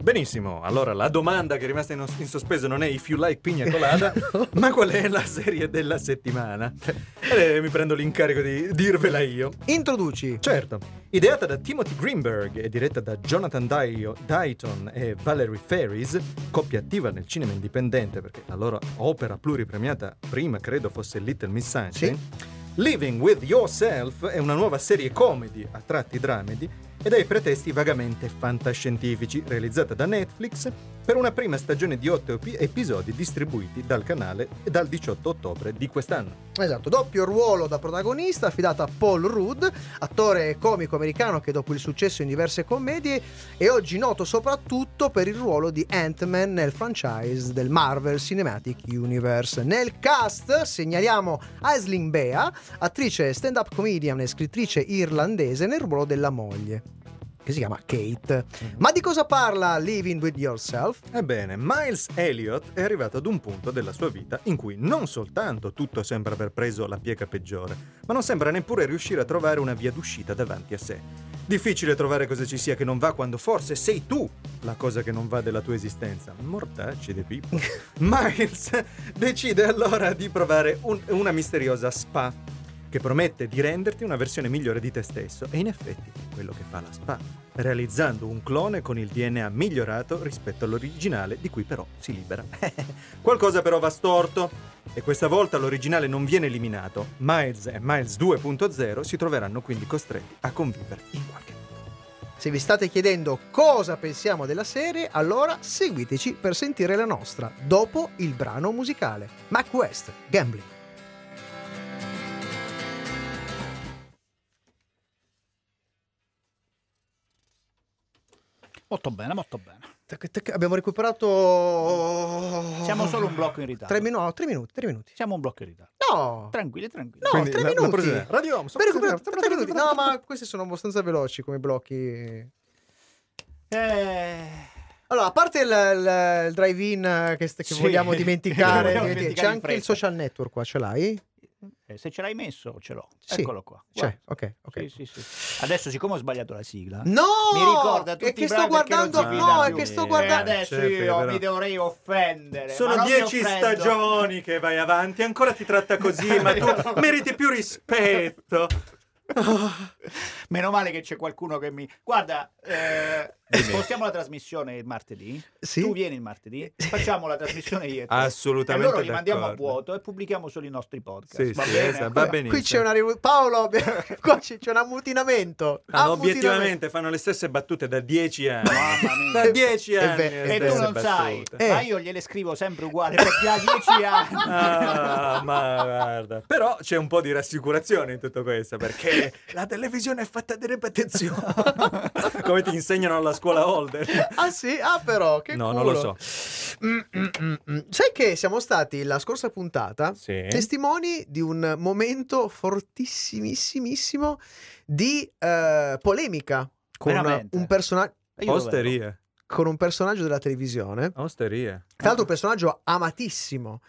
Benissimo, allora la domanda che è rimasta in, in sospeso non è if you like pigna colada, ma qual è la serie della settimana? Eh, mi prendo l'incarico di dirvela io.
Introduci.
Certo, ideata da Timothy Greenberg e diretta da Jonathan Dio- Dighton e Valerie Ferris, coppia attiva nel cinema indipendente perché la loro opera pluripremiata prima credo fosse Little Miss Sunshine, Living with Yourself è una nuova serie comedy a tratti dramedy e dai pretesti vagamente fantascientifici realizzata da Netflix per una prima stagione di 8 episodi distribuiti dal canale dal 18 ottobre di quest'anno.
Esatto, doppio ruolo da protagonista affidato a Paul Rudd, attore e comico americano che dopo il successo in diverse commedie è oggi noto soprattutto per il ruolo di Ant-Man nel franchise del Marvel Cinematic Universe. Nel cast segnaliamo Aisling Bea, attrice stand-up comedian e scrittrice irlandese nel ruolo della moglie, che si chiama Kate. Ma di cosa parla Living With Yourself?
Ebbene, Miles Elliott è arrivato ad un punto della sua vita in cui non soltanto tutto sembra aver preso la piega peggiore, ma non sembra neppure riuscire a trovare una via d'uscita davanti a sé. Difficile trovare cosa ci sia che non va quando forse sei tu la cosa che non va della tua esistenza. Mortacci de Pippo. Miles decide allora di provare un- una misteriosa spa che promette di renderti una versione migliore di te stesso e in effetti è quello che fa la spa realizzando un clone con il DNA migliorato rispetto all'originale di cui però si libera. Qualcosa però va storto e questa volta l'originale non viene eliminato. Miles e Miles 2.0 si troveranno quindi costretti a convivere in qualche modo.
Se vi state chiedendo cosa pensiamo della serie, allora seguiteci per sentire la nostra dopo il brano musicale. Mac West, Gambling.
Molto bene, molto bene.
Tac, tac, Abbiamo recuperato.
Siamo solo un blocco in ritardo.
Oh. Tre, minu- no, tre minuti, tre minuti.
Siamo un blocco in ritardo.
No!
Tranquilli, tranquilli.
No, tre
la- la
minuti.
prossima- Radio Home,
Per recuperare tre minuti. No, ma questi sono abbastanza veloci come blocchi.
Eh,
Allora, a parte il, il- il drive-in eh, che, st- che
Sì.
vogliamo dimenticare,
Vogliamo
dimentichi-
dimenticare
c'è
in
anche il
fretta.
social network qua, ce l'hai?
eh, se ce l'hai messo, ce l'ho.
Sì,
Eccolo qua.
C'è,
Guarda.
ok, ok.
Sì, sì, sì. Adesso, siccome ho sbagliato la sigla,
No!
mi ricorda tutti
è che
i
sto
brani perché
guardando.
non si
No,
fida
è
più.
che sto
Eh,
guardando.
adesso
certo,
io
però.
mi dovrei offendere. ma
Sono
non mi
dieci
offendo.
stagioni che vai avanti, ancora ti tratta così, ma tu meriti più rispetto.
Meno male che c'è qualcuno che mi. Guarda, eh, spostiamo la trasmissione il martedì.
Sì.
Tu vieni il martedì, facciamo la trasmissione io. e te.
Assolutamente
E allora li mandiamo a
d'accordo.
vuoto e pubblichiamo solo i nostri podcast.
Sì,
va
sì,
bene?
esatto, va benissimo.
Qui c'è una rivo- Paolo, qua c'è, c'è un ammutinamento.
Hanno
Ammutinamento.
Ah, obiettivamente fanno le stesse battute da dieci anni.
Mamma mia.
Da dieci
È
anni.
vero,
le
E tu
stesse
non sai,
battute.
Eh.
ma io gliele scrivo sempre uguali perché ha dieci anni.
Ah, ma guarda. Però c'è un po' di rassicurazione in tutto questo, perché la televisione è fatta di ripetizioni. Come ti insegnano alla scuola Holder.
Ah sì, ah però, che
No,
culo.
non lo
Mm, mm, mm, mm. Sai che siamo stati la scorsa puntata
Sì.
testimoni di un momento fortissimissimissimo di eh, polemica con
Veramente?
un personaggio
Io dov'ero?
Osteria.
con un personaggio della televisione.
Osteria.
Tra l'altro un personaggio amatissimo.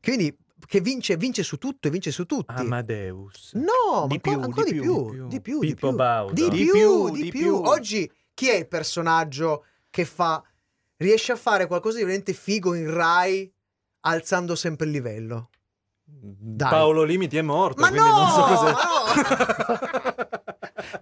Quindi che vince, vince su tutto e vince su tutti.
Ah, Amadeus.
No,
Certo. Di
ma
più,
ancora- ancora
di
di
più,
più, di più, di
Pippo
più.
Baudo.
Di
Di
più,
più,
di
di
più.
più.
Oggi chi è il personaggio che fa riesce a fare qualcosa di veramente figo in Rai alzando sempre il livello? Dai.
Paolo Limiti è morto,
Ma
quindi
no!
non so cos'è.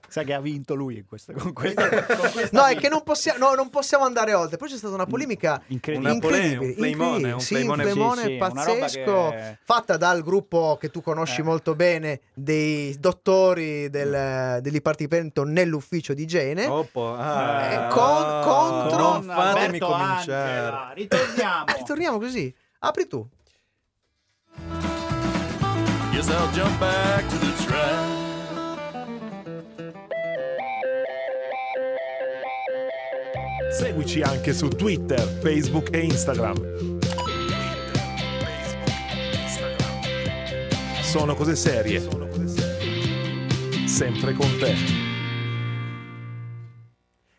Sa che ha vinto lui in questo, con questa, con questa
No, è che non possiamo, no, non possiamo andare oltre. Poi c'è stata una polemica
Incredibile.
incredibile.
Una polemica, un
incredibile.
claimone, un
Sì,
claimone-
claimone
Sì, sì, una roba
pazzesco.
che- eh,
Fatta dal gruppo che tu conosci molto bene, dei dottori del, dell'Ipartimento nell'ufficio di igiene.
Oppo, ah.
Eh, con- contro-
Non fatemi
Alberto
cominciare.
Angela. Ritorniamo.
Ah, ritorniamo così. Apri tu.
Guess I'll jump back to the track.
Seguici anche su Twitter, Facebook e Instagram. Sono cose serie. Sempre con te.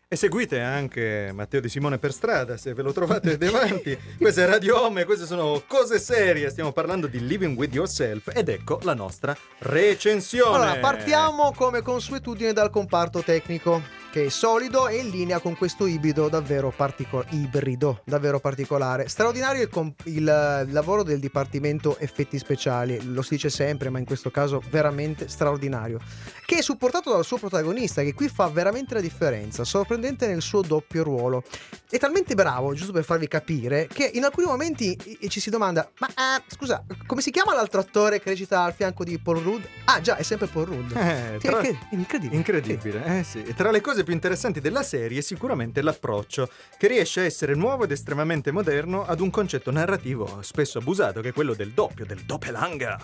E seguite anche Matteo Di Simone per strada se ve lo trovate davanti. queste è Radio Home, queste sono cose serie. Stiamo parlando di Living with Yourself ed ecco la nostra recensione.
Allora, partiamo come consuetudine dal comparto tecnico, che è solido e in linea con questo ibrido davvero, partico- ibrido, davvero particolare. Straordinario il, com- il, eh, lavoro del Dipartimento Effetti Speciali, lo si dice sempre, ma in questo caso veramente straordinario, che è supportato dal suo protagonista, che qui fa veramente la differenza, sorprendente nel suo doppio ruolo. È talmente bravo, giusto per farvi capire, che in alcuni momenti i- ci si domanda, ma eh, scusa, come si chiama l'altro attore che recita al fianco di Paul Rudd? Ah già, è sempre Paul Rudd.
Eh,
Sì,
tra-
che- incredibile.
Incredibile, eh sì. E Tra le cose più interessanti della serie è sicuramente l'approccio, che riesce a essere nuovo ed estremamente moderno ad un concetto narrativo spesso abusato, che è quello del doppio, del doppelanga.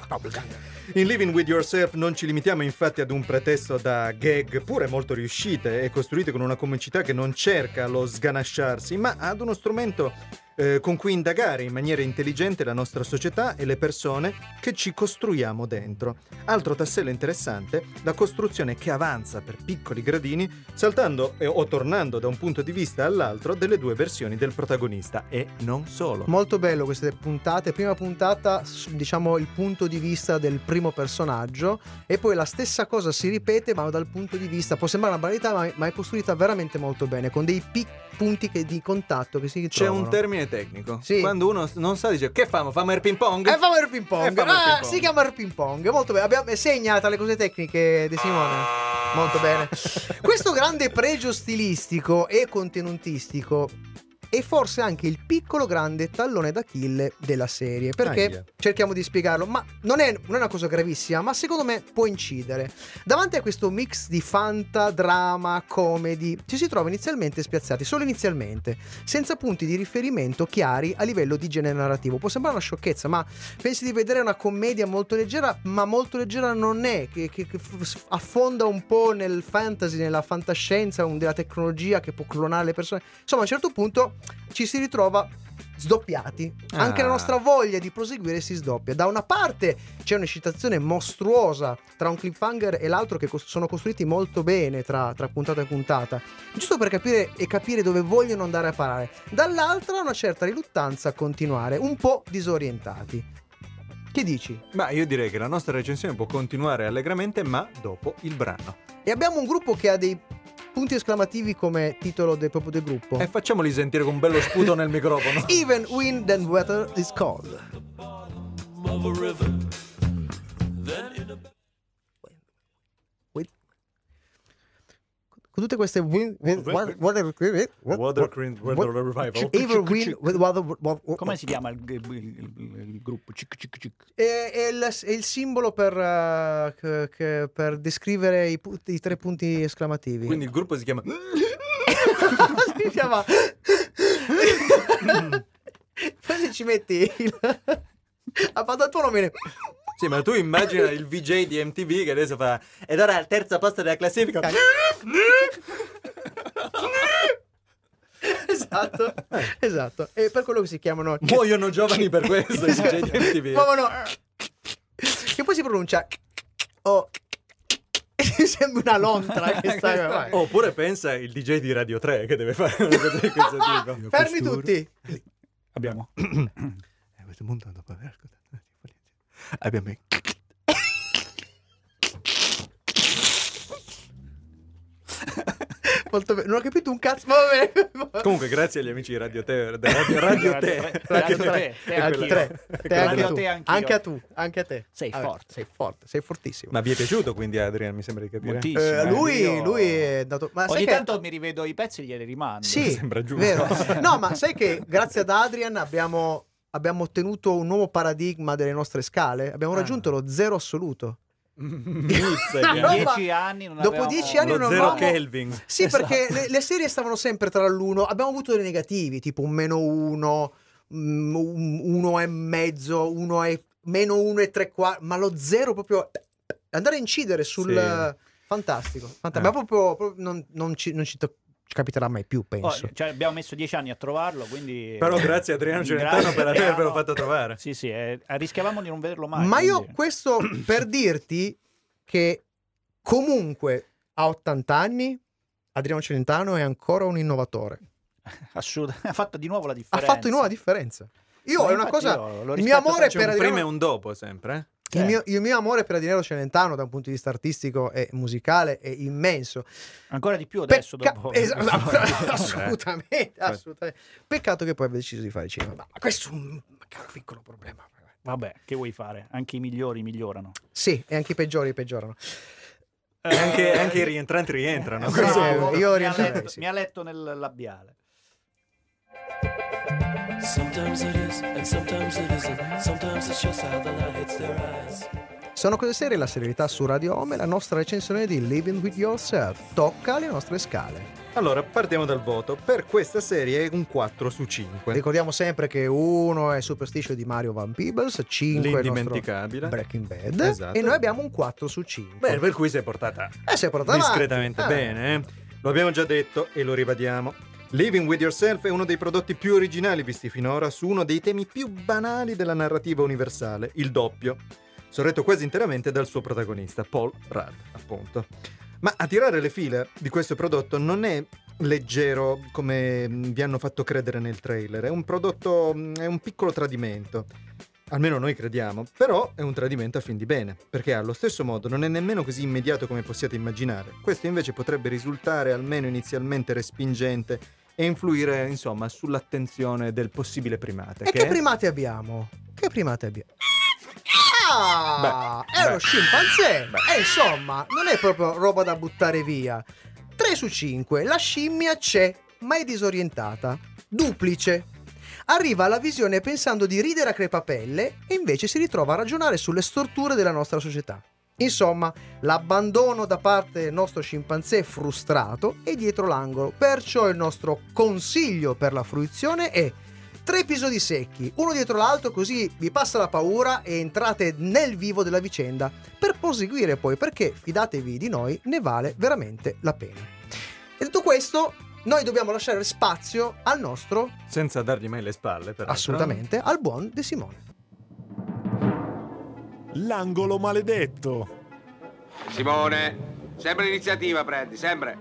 In Living with Yourself non ci limitiamo infatti ad un pretesto da gag, pure molto riuscite e costruite con una comicità che non cerca lo sganasciarsi, ma ad uno strumento eh, con cui indagare in maniera intelligente la nostra società e le persone che ci costruiamo dentro. Altro tassello interessante, la costruzione che avanza per piccoli gradini, saltando eh, o tornando da un punto di vista all'altro delle due versioni del protagonista e non solo.
Molto bello queste puntate. Prima puntata, s- diciamo il punto di vista del primo personaggio, e poi la stessa cosa si ripete, ma dal punto di vista. Può sembrare una banalità, ma, ma è costruita veramente molto bene, con dei pic- punti che- di contatto che si
C'è
trovano.
un termine tecnico.
Sì.
Quando uno non sa dice che famo, famo il ping pong?
E famo il ping pong.
Eh, famo il
Ah,
ping pong.
si chiama il ping pong. Molto bene. Abbiamo segnata le cose tecniche De Simone. Molto bene. Questo grande pregio stilistico e contenutistico è forse anche il piccolo grande tallone d'Achille della serie. Perché
Ahia.
cerchiamo di spiegarlo, ma non è, non è una cosa gravissima, ma secondo me può incidere. Davanti a questo mix di fanta, drama, comedy, ci si trova inizialmente spiazzati, solo inizialmente, senza punti di riferimento chiari a livello di genere narrativo. Può sembrare una sciocchezza, ma pensi di vedere una commedia molto leggera, ma molto leggera non è, che, che- che f- affonda un po' nel fantasy, nella fantascienza, un- della tecnologia che può clonare le persone. Insomma, a un certo punto ci si ritrova sdoppiati. Anche
Ah.
la nostra voglia di proseguire si sdoppia. Da una parte c'è un'eccitazione mostruosa tra un cliffhanger e l'altro che cos- sono costruiti molto bene tra, tra puntata e puntata, giusto per capire e capire dove vogliono andare a parare. Dall'altra una certa riluttanza a continuare, un po' disorientati. Che dici?
Ma io direi che la nostra recensione può continuare allegramente, ma dopo il brano.
E abbiamo un gruppo che ha dei punti esclamativi come titolo del, proprio del gruppo.
E facciamoli sentire con un bello sputo nel microfono.
Even wind and weather is cold.
Of a river. Then in a
Con tutte queste wind, wind, water, water,
Water Cream Weather Revival.
Even wind, water,
Come si chiama il, il- il- il gruppo? Cic, cic, cic.
È, è il, è il simbolo per, eh, che- che- per descrivere i, pu- i tre punti esclamativi.
Quindi il gruppo si chiama
si chiama. Poi se ci metti il. Ah, ma dal tuo nome. ne-
Sì, ma tu immagina il VJ di MTV che adesso fa ed ora al terzo posto della classifica.
esatto,
Eh.
esatto. E per quello che si chiamano.
Muoiono giovani per questo i VJ di MTV.
Ma- ma no. Che poi si pronuncia. O. sembra una lontra questa cosa. vai.
Oppure pensa il DJ di Radio 3 che deve fare una cosa di questo tipo.
Fermi tutti.
Abbiamo.
A questo punto, dopo aver ascoltato la sinfonia, abbiamo il-
Molto bene. Non ho capito un cazzo. Ma vabbè.
Comunque, grazie agli amici di Radio Te. Radio, radio Te.
Radio Te,
È
te anche
quella-
tre.
è
Te
quella-
anche tu. Anche a tu, anche a te.
Sei
Vabbè,
forte.
Sei forte, sei fortissimo.
Ma vi è piaciuto quindi Adrian, mi sembra di capire.
Moltissimo,
Eh, lui,
io-
lui è andato. Ma sai
Ogni
che...
tanto mi rivedo i pezzi e glieli rimando.
Sì,
sembra giusto.
vero. No, ma sai che grazie ad Adrian abbiamo, abbiamo ottenuto un nuovo paradigma delle nostre scale?
Eh.
Abbiamo raggiunto lo zero assoluto.
In
No,
dieci
ma-
anni non
Dopo
avevamo-
dieci anni
Lo
non
zero
avevamo...
Kelvin.
Sì,
Esatto.
perché le, le serie stavano sempre tra l'uno. Abbiamo avuto dei negativi, tipo un meno uno, mm, un- uno e mezzo, uno e meno uno e tre quarti. Ma lo zero proprio andare a incidere sul fantastico. fanta-
Eh.
Ma proprio, proprio non, non ci, non ci to- ci capiterà mai più,
Oh,
penso.
cioè, abbiamo messo dieci anni a trovarlo, quindi...
Però grazie Adriano Celentano
Grazie,
per avervelo
Adriano.
fatto trovare.
Sì, sì, eh, rischiavamo di non vederlo mai.
Ma io
quindi.
questo per dirti che comunque a 80 anni Adriano Celentano è ancora un innovatore.
Assolut- ha fatto di nuovo la
Ha
differenza.
fatto di nuovo la differenza. Io
Ma
è una
infatti io
cosa
cioè, lo
il mio
rispetto
amore
perché
per
C'è un prima e
Adriano
un dopo sempre. eh?
cioè,
il mio, il mio amore per Adriano Celentano da un punto di vista artistico e musicale è immenso.
Ancora di più adesso
Pecca-
dopo. Eh. Cioè.
es-
Assolutamente.
assolutamente, assolutamente. Peccato che poi abbia deciso di fare cinema. Ma questo è un caro piccolo problema.
Vabbè, che vuoi fare? Anche i migliori migliorano.
Sì, e anche i peggiori peggiorano.
E eh? Anche, anche i rientranti rientrano.
Eh, Sì,
Questo è-
io
mi, ha
rientrerei,
letto,
sì.
mi ha letto nel labiale.
Sometimes it is, and sometimes it isn't. Sometimes it's just how the light hits their eyes.
Sono cose serie, la serietà su Radio Home e la nostra recensione di Living With Yourself tocca le nostre scale.
Allora, partiamo dal voto. Per questa serie è un 4 su 5.
Ricordiamo sempre che uno è Superstition di Mario Van Peebles, 5 è il nostro
L'indimenticabile.
Breaking Bad
Esatto.
e noi abbiamo un 4 su 5.
Beh, per cui si è portata
Eh, si è portata avanti.
discretamente
Ah.
bene. eh. Lo abbiamo già detto e lo ribadiamo. Living with Yourself è uno dei prodotti più originali visti finora su uno dei temi più banali della narrativa universale, il doppio, sorretto quasi interamente dal suo protagonista, Paul Rudd, appunto. Ma a tirare le file di questo prodotto non è leggero come mh, vi hanno fatto credere nel trailer, è un prodotto, mh, è un piccolo tradimento. Almeno noi crediamo, però è un tradimento a fin di bene, perché allo stesso modo non è nemmeno così immediato come possiate immaginare. Questo invece potrebbe risultare almeno inizialmente respingente e influire, insomma, sull'attenzione del possibile primate.
E che primate abbiamo? Che primate abbiamo? Ah,
Beh,
è
beh.
uno scimpanzé. E insomma, non è proprio roba da buttare via. 3 su 5, la scimmia c'è, ma è disorientata. Duplice. Arriva alla visione pensando di ridere a crepapelle e invece si ritrova a ragionare sulle storture della nostra società. Insomma, l'abbandono da parte del nostro scimpanzé frustrato è dietro l'angolo, perciò il nostro consiglio per la fruizione è tre episodi secchi, uno dietro l'altro così vi passa la paura e entrate nel vivo della vicenda per proseguire poi perché fidatevi di noi ne vale veramente la pena. E detto questo, noi dobbiamo lasciare spazio al nostro,
Senza dargli mai le spalle, però.
assolutamente, al buon De Simone.
L'angolo maledetto.
Simone, sempre l'iniziativa prendi, sempre.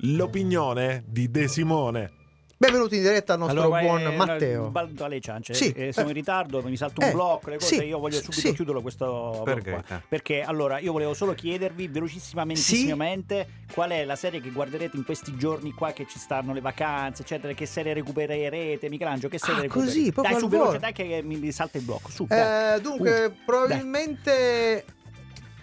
L'opinione di De Simone.
Benvenuti in diretta al nostro
Allora,
buon
eh,
Matteo.
baldo alle ciance.
Sì,
Eh, siamo
eh.
in ritardo, mi salto un
Eh,
blocco, le cose.
sì,
io voglio
sì,
subito
sì.
chiuderlo questo
Per
blocco qua.
carità.
Perché allora io volevo solo chiedervi velocissimamente qual è la serie che guarderete in questi giorni qua che ci stanno le vacanze, eccetera, che serie recupererete, Michelangelo, che serie
Ah,
recupererete?
così,
dai,
proprio al
su veloce,
volo.
dai che mi, mi salta il blocco, su. dai.
Eh, dunque,
Uh, dai.
probabilmente...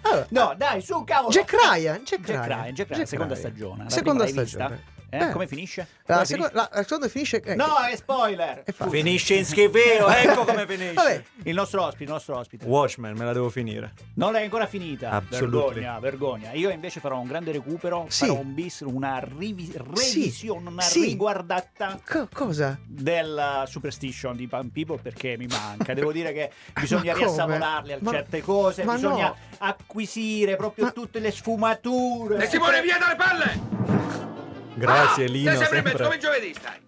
Allora,
No, dai, su, cavolo.
eh, Jack Ryan, Jack
Jack
Ryan,
Ryan, Jack Ryan,
Jack
seconda
Ryan.
stagione. La
Seconda
prima l'hai
stagione.
vista? Eh,
Eh.
come finisce?
La
Come
seconda,
finisce?
la- la seconda finisce... eh,
No, è spoiler!
fa-
Finisce in schifo,
ecco come finisce.
Vabbè,
Il nostro ospite, il nostro ospite.
Watchmen, me la devo finire.
Non l'hai ancora finita.
Absolutely.
Vergogna, vergogna. Io invece farò un grande recupero,
Sì.
farò un bis, una rivi-
Sì.
revisione, una
Sì.
riguardata
co- cosa?
della Superstition di Pan People perché mi manca. Devo dire che bisogna
Ma come?
riassaporarle a
Ma-
certe cose,
ma
bisogna
no.
acquisire proprio tutte le sfumature.
E Simone, via dalle palle!
Grazie,
Ah,
Lino.
Sei sempre in mezzo
sempre.
come giovedì stai.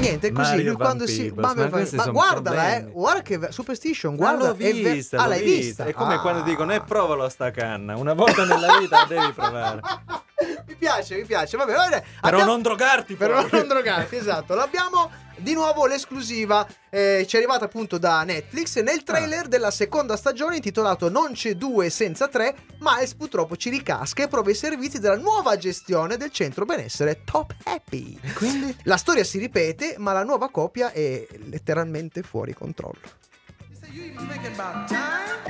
Niente, è così
Mario
lui quando
Van
si ma,
Peebles, ma questi sono
guardala, eh,
problemi.
guarda che ve- superstition,
Ma
guarda
l'ho
è ver-
vista,
ah,
l'ho
l'hai vista.
vista. È come
Ah,
quando dicono, eh, provalo a sta canna. Una volta nella vita la devi provare.
Mi piace, mi piace. Vabbè, vabbè.
Però non drogarti,
Per
poi.
non drogarti, esatto. L'abbiamo di nuovo l'esclusiva. eh, ci è arrivata appunto da Netflix
Ah.
nel trailer della seconda stagione intitolato Non c'è due senza tre. Miles purtroppo ci ricasca e prova i servizi della nuova gestione del centro benessere Top Happy. quindi? La storia si ripete, ma la nuova coppia è letteralmente fuori controllo.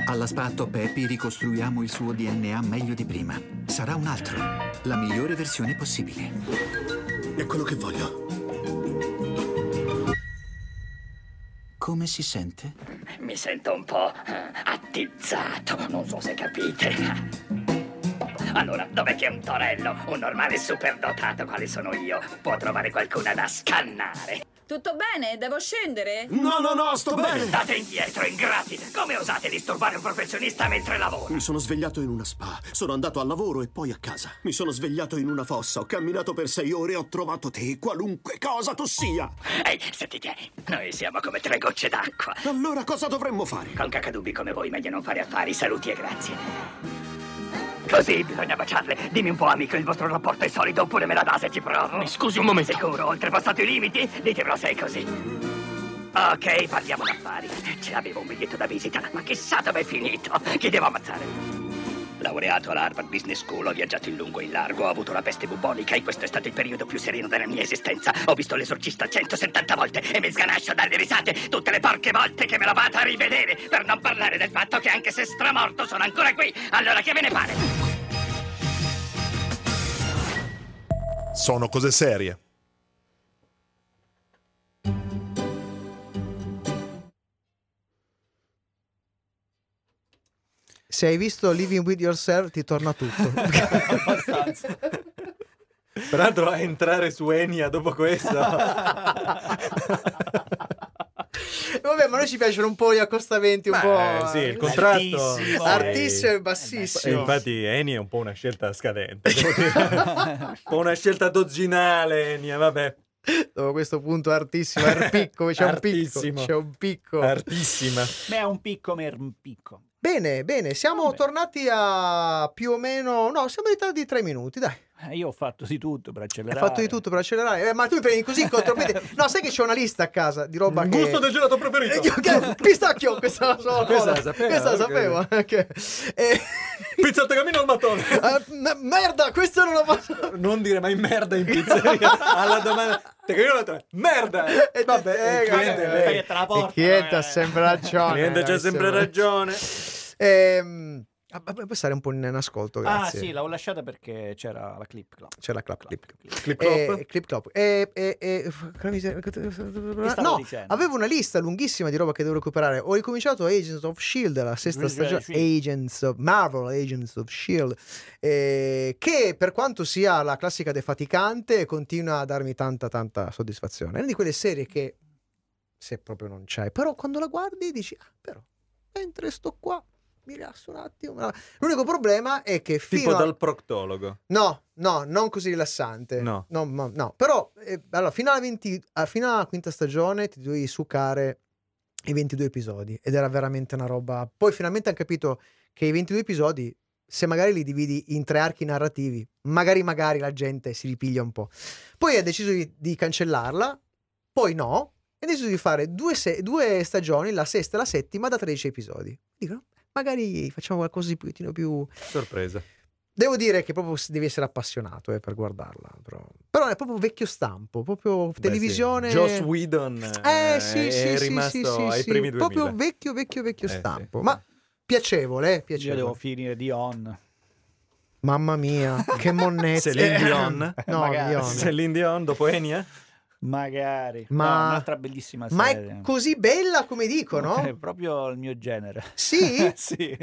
Alla spa Top Happy ricostruiamo il suo DNA meglio di prima. Sarà un altro, la migliore versione possibile. È quello che voglio. Come si sente?
Mi sento un po' eh, attizzato, non so se capite. Allora, dov'è che un torello, un normale superdotato quale sono io, può trovare qualcuna da scannare?
Tutto bene? Devo scendere?
State indietro, ingrati! Come osate disturbare un professionista mentre lavora?
Mi sono svegliato in una spa, sono andato al lavoro e poi a casa. Mi sono svegliato in una fossa, ho camminato per sei ore e ho trovato te, qualunque cosa tu sia.
Ehi, senti che noi siamo come tre gocce d'acqua.
Allora cosa dovremmo fare?
Con cacadubbi come voi meglio non fare affari, saluti e grazie. Così bisogna baciarle. Dimmi un po', amico, il vostro rapporto è solido oppure me la dà se ci provo? Mi scusi un momento. Sicuro, oltrepassato i limiti? Ditemelo se è così. Ok, parliamo d'affari. Ce l'avevo un biglietto da visita, ma chissà dove è finito. Chi devo ammazzare? Laureato all'Harvard Business School, ho viaggiato in lungo e in largo, ho avuto la peste bubonica e questo è stato il periodo più sereno della mia esistenza. Ho visto l'esorcista 170 volte e mi sganascio dalle risate tutte le porche volte che me lo vado a rivedere, per non parlare del fatto che anche se stramorto sono ancora qui. Allora che ve ne pare?
Sono cose serie.
Se hai visto Living with Yourself ti torna tutto.
Peraltro a entrare su Enya dopo questo.
Vabbè, ma a noi ci piacciono un po' gli accostamenti, un
Beh,
po'.
sì, il contrasto.
Altissimo,
Sì.
altissimo e
E
bassissimo.
eh, infatti Enya è un po' una scelta scadente. devo dire. un po' una scelta dozzinale Enya, vabbè.
Dopo questo punto altissimo, è un picco, c'è un picco,
Artissimo.
c'è un picco.
Artissima.
Beh, è un picco mer un picco.
Bene, bene, siamo tornati a più o meno, no, siamo in ritardo di tre minuti, dai.
Eh, Io ho fatto di tutto per
Hai
accelerare.
fatto di tutto per accelerare, Eh, ma tu mi prendi così in contropiede. No, sai che c'è una lista a casa di roba che...
Gusto del gelato preferito.
Che- Pistacchio, questa la so.
Questa la sapevo,
Questa la
ok.
sapevo. ok. Eh,
Pizza al tegamino al mattone.
eh, m- merda, questo non lo posso...
Non dire mai merda in pizzeria. Alla domanda. Tegamino al mattone. Merda.
E
Eh,
eh,
vabbè, il cliente è lei.
E chi
eh.
ha sempre ragione.
Il cliente c'ha
ragazzi,
sempre
vabbè.
ragione.
Ehm, ah, beh, puoi stare un po' in in ascolto,
Ah
grazie.
sì, l'ho lasciata perché c'era la clip. club.
C'è la clap clip.
Clip
Eh, clip clop. Eh, eh, eh, f- che miseria-
stavo
No,
dicendo?
avevo una lista lunghissima di roba che devo recuperare. Ho ricominciato Agents of Shield, la sesta
Agents
stagione.
of Shield.
Agents of Marvel, Agents of Shield. eh, che per quanto sia la classica defaticante, continua a darmi tanta, tanta soddisfazione. È una di quelle serie che se proprio non c'è, però quando la guardi dici, ah, però, mentre sto qua. Mi rilasso un attimo. L'unico problema è che fino
Tipo
a-
dal proctologo.
No, no, non così rilassante.
No.
No, ma- no. Però, eh, allora, fino alla, 20 a- fino alla quinta stagione ti dovevi sucare i 22 episodi ed era veramente una roba... Poi finalmente hanno capito che i 22 episodi, se magari li dividi in tre archi narrativi, magari magari la gente si ripiglia un po'. Poi ha deciso di, di cancellarla, poi no, e ha deciso di fare due, se- due stagioni, la sesta e la settima, da 13 episodi. Dicono, magari facciamo qualcosa di un pochettino più...
Sorpresa.
Devo dire che proprio si- devi essere appassionato eh, per guardarla. Però. Però è proprio vecchio stampo, proprio televisione.
Joss Whedon
Eh, sì,
è
sì, sì,
rimasto
sì, sì,
ai
sì.
primi 2000.
Proprio vecchio, vecchio, vecchio
Eh, sì.
stampo. Ma piacevole, eh,
Io
piacevole.
devo finire di on.
Mamma mia, che monnezza. Eh,
Celine Dion.
no,
Eh, Magari.
Dion.
Celine Dion dopo Enya?
Magari.
Ma-
No, un'altra bellissima
Ma
serie.
è così bella come
È
dicono?
proprio il mio genere.
Sì?
sì.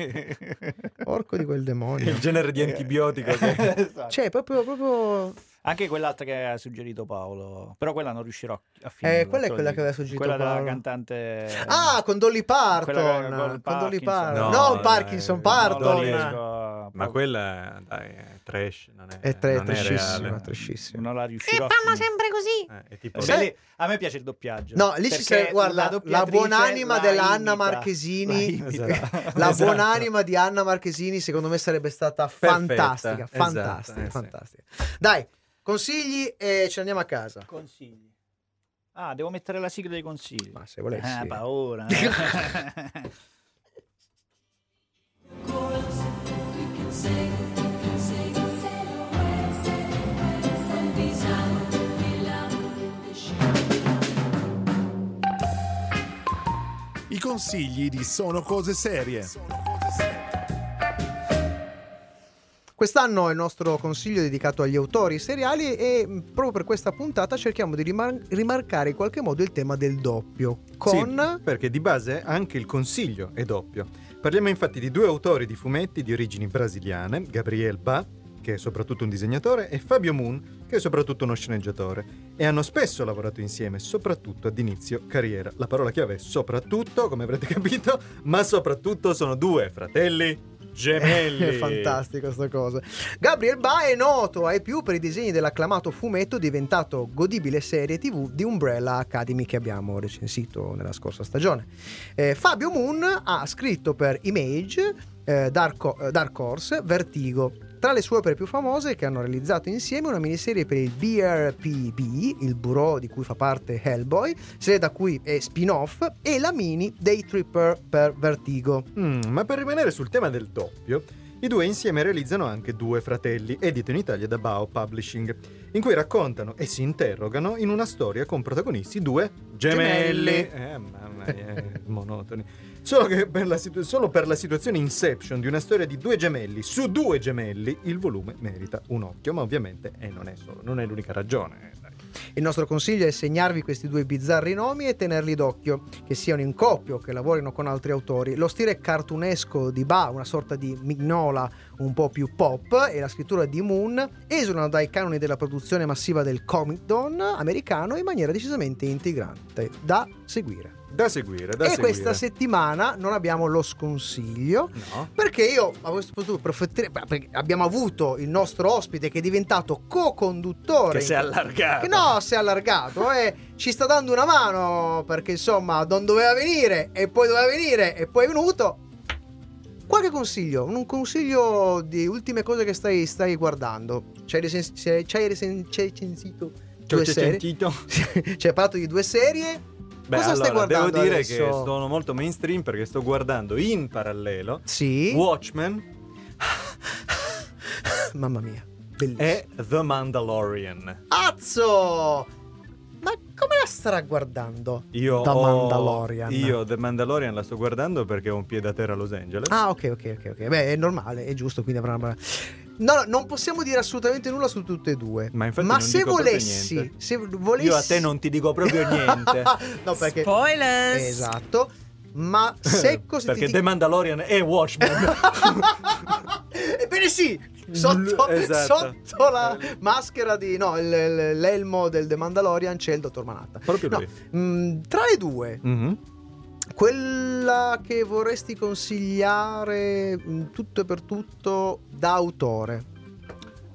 Porco di quel demonio. Eh,
Il genere di antibiotico che
Cioè, proprio, proprio...
Esatto. Anche quell'altra che ha suggerito Paolo. Però quella non riuscirò a finire.
Eh, quella è quella che aveva suggerito
Quella
Paolo.
della cantante.
Ah, con Dolly Parton.
Eh. Quella con- con
Con Dolly
Parkinson.
Parton.
No,
No,
eh,
Parkinson,
non
Parton.
riesco a-
Ma quella dai, è trash, non è,
È tre-
non è
trashissima,
reale.
Non la riuscirò. Fanno sempre così.
Eh,
a me piace il doppiaggio.
No, lì ci
perché
sei, guarda, la,
doppiatrice
buonanima
la
dell'Anna
imita.
Marchesini,
La
la,
imita.
Esatto.
buonanima di Anna Marchesini secondo me sarebbe stata
Perfetta,
fantastica,
esatto,
fantastica,
eh sì.
fantastica. Dai, consigli e ce ne andiamo a casa.
Consigli. Ah, devo mettere la sigla dei consigli. Ma se
volessi.
Eh, paura.
I consigli di Sono cose serie.
Quest'anno è il nostro consiglio dedicato agli autori seriali e mh, proprio per questa puntata cerchiamo di rimar- rimarcare in qualche modo il tema del doppio con
Sì, perché di base anche il consiglio è doppio. Parliamo infatti di due autori di fumetti di origini brasiliane, Gabriel Ba, che è soprattutto un disegnatore, e Fabio Moon, che è soprattutto uno sceneggiatore. E hanno spesso lavorato insieme, soprattutto ad inizio carriera. La parola chiave è soprattutto, come avrete capito, ma soprattutto sono due fratelli gemelli.
è Eh, fantastico sta cosa. Gabriel Ba è noto ai più per i disegni dell'acclamato fumetto diventato godibile serie TV di Umbrella Academy che abbiamo recensito nella scorsa stagione. Eh, Fabio Moon ha scritto per Image, eh, Dark, eh, Dark Horse, Vertigo. Tra le sue opere più famose che hanno realizzato insieme una miniserie per il BRPB, il bureau di cui fa parte Hellboy, serie da cui è spin-off, e la mini dei Tripper per Vertigo.
Mm, ma per rimanere sul tema del doppio, i due insieme realizzano anche Due fratelli, edito in Italia da Bao Publishing, in cui raccontano e si interrogano in una storia con protagonisti due gemelli.
Gemelli.
Eh, mamma mia, eh, monotoni. Solo, che per la situ- solo per la situazione Inception di una storia di due gemelli su due gemelli, il volume merita un occhio, ma ovviamente eh, non, è solo- non è l'unica ragione. eh, dai.
Il nostro consiglio è segnarvi questi due bizzarri nomi e tenerli d'occhio, che siano in coppia o che lavorino con altri autori. Lo stile cartunesco di Ba, una sorta di mignola un po' più pop, e la scrittura di Moon esulano dai canoni della produzione massiva del Comic Don americano in maniera decisamente integrante. Da seguire.
Da seguire, da
e
seguire.
questa settimana non abbiamo lo sconsiglio.
No?
Perché io a questo punto approfitterei- beh, perché abbiamo avuto il nostro ospite che è diventato co-conduttore.
Che si è allargato.
Che no, si è allargato e ci sta dando una mano perché insomma non doveva venire e poi doveva venire e poi è venuto. Qualche consiglio, un consiglio di ultime cose che stai, stai guardando. C'hai resen- c'hai- c'hai resen- c'hai recensito
Ci ho
due serie?
sentito?
Ci hai parlato di due serie?
Beh,
Cosa stai
allora,
guardando
devo dire
adesso?
che sono molto mainstream perché sto guardando in parallelo
Sì.
Watchmen
Mamma mia, bellissimo.
e The Mandalorian.
Azzo! Ma come la starà guardando?
Io
da
ho-
Mandalorian.
Io The Mandalorian la sto guardando perché ho un piede a terra a Los Angeles.
Ah, ok, ok, ok, ok. Beh, è normale, è giusto, quindi avrà una... No, no, non possiamo dire assolutamente nulla su tutte e due.
Ma infatti non
se
dico proprio
volessi,
niente.
se volessi
Io a te non ti dico proprio niente.
no, perché
Spoilers!
Esatto. Ma se così
perché
ti
The Mandalorian è Watchmen.
Ebbene sì, sotto,
Esatto.
sotto la maschera di... No, il- il- l'elmo del The Mandalorian c'è il Dottor Manhattan.
Proprio
No,
lui.
mm, tra le due,
Mhm.
Quella che vorresti consigliare mh, tutto e per tutto da autore.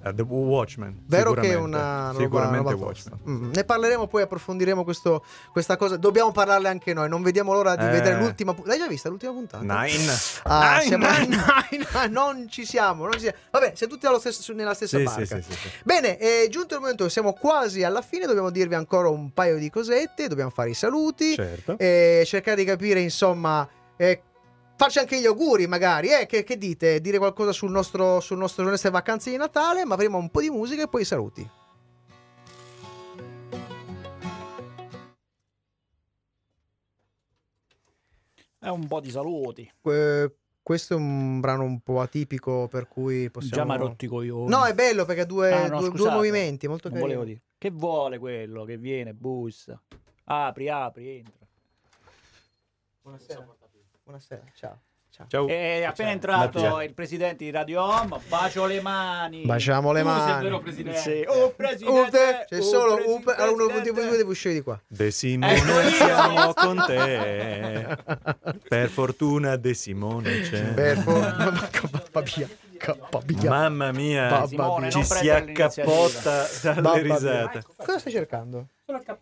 Eh, The Watchmen.
Vero che è
sicuramente.
una roba,
Sicuramente
roba
Watchmen.
tosta. Mm, Ne parleremo poi, approfondiremo questo- questa cosa. Dobbiamo parlarne anche noi. Non vediamo l'ora di
Eh.
vedere l'ultima puntata. L'hai già vista l'ultima puntata?
Nine.
Ah,
Nine,
siamo-
nine.
Nine, non ci siamo. non ci siamo. Vabbè, siamo tutti allo stesso- nella stessa
Sì,
barca.
sì, sì, sì, sì.
Bene, è giunto il momento, siamo quasi alla fine, dobbiamo dirvi ancora un paio di cosette, dobbiamo fare i saluti,
Certo.
e cercare di capire, insomma, eh, farci anche gli auguri magari, eh, che, che dite? Dire qualcosa sul nostro, sul nostro sulle nostre vacanze di Natale, ma avremo un po' di musica e poi i saluti.
È un po' di saluti.
Que- questo è un brano un po' atipico per cui possiamo...
Già mi ha rotto i coglioni.
No, è bello perché ha due,
Ah, no,
due- due
scusate.
movimenti, molto
Non
carino.
volevo dire. Che vuole quello che viene, bussa? Apri, apri, entra.
Buonasera. Buonasera, ciao.
Ciao.
È Eh, appena
Mattia.
entrato il presidente di Radio Home, bacio le mani.
Baciamo le
Tu sei il
mani.
vero presidente. Sì. Oh, presidente.
Ute, c'è
oh,
solo
presi-
Upe. Allora, uno punto due deve uscire di qua.
De Simone,
Ecco,
siamo con
Eh.
te. Per fortuna De Simone c'è.
Per fortuna, Capabia.
Mamma mia,
Babba
Simone,
mia.
ci si accappotta dalle
Babba mia. Ecco,
risate.
Cosa stai cercando?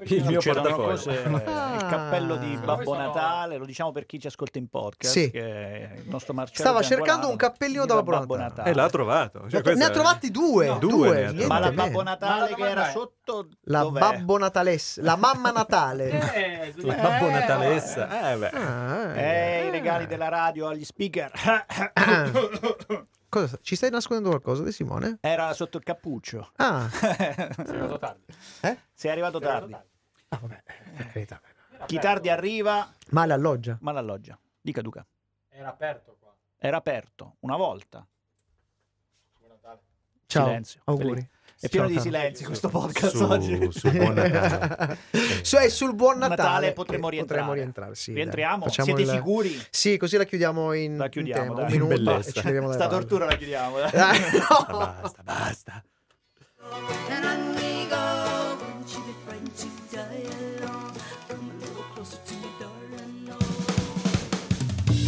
Il mio portafoglio.
Ah.
Il cappello di Babbo Natale, lo diciamo per chi ci ascolta in podcast.
Sì.
Che il nostro Marcello
Stava
Giangolano
cercando un cappellino da
diceva
Babbo
Babbo
Natale.
Natale.
E l'ha trovato. Cioè,
Ne
questa-
ha trovati due.
No.
due,
Due ne ha
niente
Ma la
meno.
Babbo Natale che era sotto
La
dov'è?
Babbo Natalessa, la mamma Natale.
La Babbo Natalessa. Eh, beh.
Ah,
Eh, i regali della radio agli speaker.
Cosa sta- Ci stai nascondendo qualcosa di Simone?
Era sotto il cappuccio.
Ah.
Sei arrivato tardi.
Eh?
Sei arrivato tardi.
Ah,
Chi tardi arriva,
Ma l'alloggia.
ma l'alloggia. Dica Duca.
Era aperto qua.
Era aperto una volta.
Ciao.
Silenzio.
Auguri.
È pieno
Ciao,
di
caro.
silenzi questo podcast
Su-
oggi.
su Buon Natale. Cioè, sul buon Natale,
Natale
che
potremmo rientrare.
potremmo rientrare, sì, dai.
Rientriamo?
Facciamo
Siete
il-
sicuri?
Sì, così la chiudiamo in,
La chiudiamo,
in tema,
dai.
un minuto
Bellezza.
e ci leviamo dalle
Sta
palle.
tortura la chiudiamo, eh. dai.
Dai,
Basta,
no.
basta,
basta.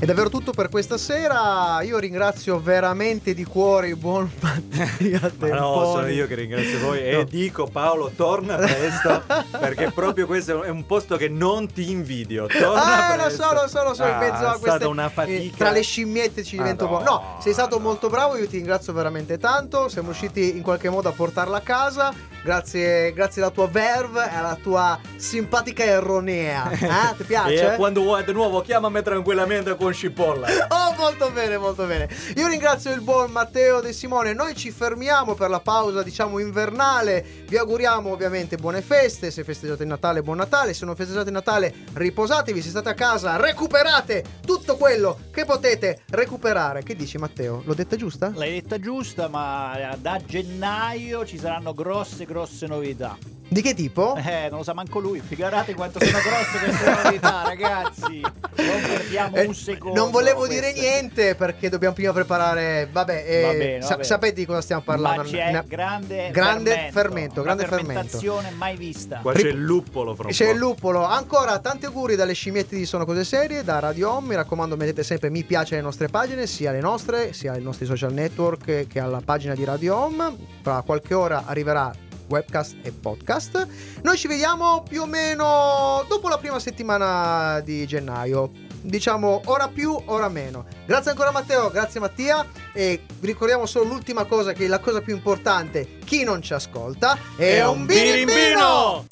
È davvero tutto per questa sera. Io ringrazio veramente di cuore il buon Mattia
Ma no, sono
Temponi.
io che ringrazio voi e dico Paolo torna presto perché proprio questo è un posto che non ti invidio. Torna
Ah, lo
presto.
so, lo so, lo so, in
Ah,
mezzo a
è
queste
stata una fatica.
eh, tra le scimmiette ci divento
Madonna.
buono. No, sei stato molto bravo, io ti ringrazio veramente tanto. Siamo riusciti in qualche modo a portarla a casa. Grazie, grazie alla tua verve e alla tua simpatica erronea. Eh, ti
E
piace?
quando vuoi di nuovo chiamami tranquillamente con cipolla.
Oh, molto bene, molto bene. Io ringrazio il buon Matteo De Simone. Noi ci fermiamo per la pausa, diciamo, invernale. Vi auguriamo ovviamente buone feste. Se festeggiate il Natale, buon Natale. Se non festeggiate il Natale, riposatevi. Se state a casa, recuperate tutto quello che potete recuperare. Che dici, Matteo? L'ho detta giusta?
L'hai detta giusta, ma da gennaio ci saranno grosse, grosse novità.
Di che tipo?
Eh, non lo sa manco lui. Figurate quanto sono grosse queste novità, ragazzi. Non perdiamo
Eh,
un secondo.
non volevo
Queste-
dire niente perché dobbiamo prima preparare. Vabbè, eh,
Va bene, va
sa-
bene.
sapete di cosa stiamo parlando?
Ma c'è
Ne-
grande,
grande
fermento,
fermento, grande
una
fermento.
fermentazione mai vista.
Qua c'è il luppolo fra un
C'è
po'.
il luppolo. Ancora tanti auguri dalle scimmiette di Sono Cose Serie, da Radio Home. Mi raccomando, mettete sempre mi piace alle nostre pagine, sia le nostre, sia ai nostri social network eh, che alla pagina di Radio Home. Tra qualche ora arriverà webcast e podcast. Noi ci vediamo più o meno dopo la prima settimana di gennaio. Diciamo ora più, ora meno. Grazie ancora Matteo, grazie Mattia e vi ricordiamo solo l'ultima cosa che è la cosa più importante, chi non ci ascolta è,
È
un
un
birimbino!
birimbino!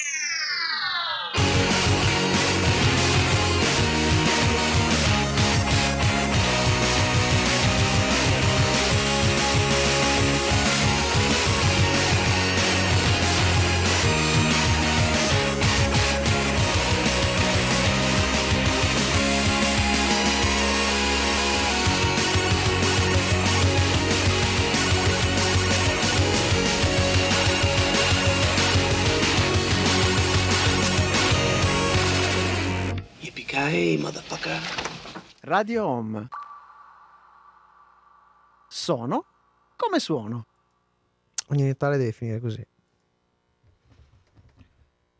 Yippee-ki-yay, motherfucker.
Radio Home. Sono come suono.
Ogni Natale deve finire così.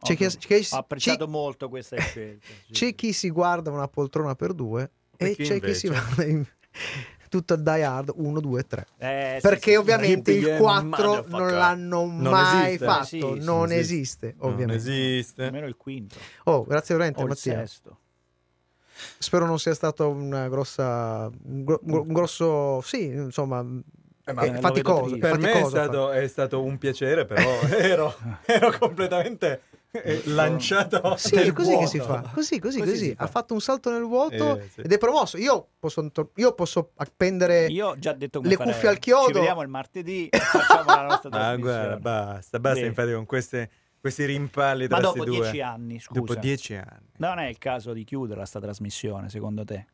C'è chi,
Ho
c'è-
ho apprezzato
c'è-
molto questa scelta. sì.
c'è chi si guarda una poltrona per due
E
e,
chi
c'è chi si
invece?
guarda in- tutto il die hard 1, 2, 3.
Eh, sì,
Perché
sì,
ovviamente
sì.
il 4 non l'hanno
Non
mai
esiste.
fatto,
Sì, sì,
non
sì.
esiste, ovviamente.
esiste.
Almeno il quinto.
Oh, grazie veramente
O il
Mattia.
sesto.
Spero non sia stato una grossa un, gro- un grosso sì, insomma,
Ma
eh,
lo
faticoso,
vedo triste. Per me è
faticoso fare.
stato, è stato un piacere, però ero, ero completamente eh, lanciato
Sì,
nel
è così
vuoto. Ah,
che si fa. Così, così, così.
Così si
Ha fatto un salto nel vuoto
Eh, sì.
ed è promosso. Io posso, io posso appendere
Io ho già detto come
eh, le
farei.
cuffie al chiodo.
Ci vediamo il martedì. Facciamo la nostra
Ah,
trasmissione.
guarda, basta, basta
Bene.
infatti con queste- questi rimpalli tra
Ma dopo
questi due.
dieci anni, scusa.
Dopo dieci anni.
Non è il caso di chiuderla sta trasmissione, secondo te?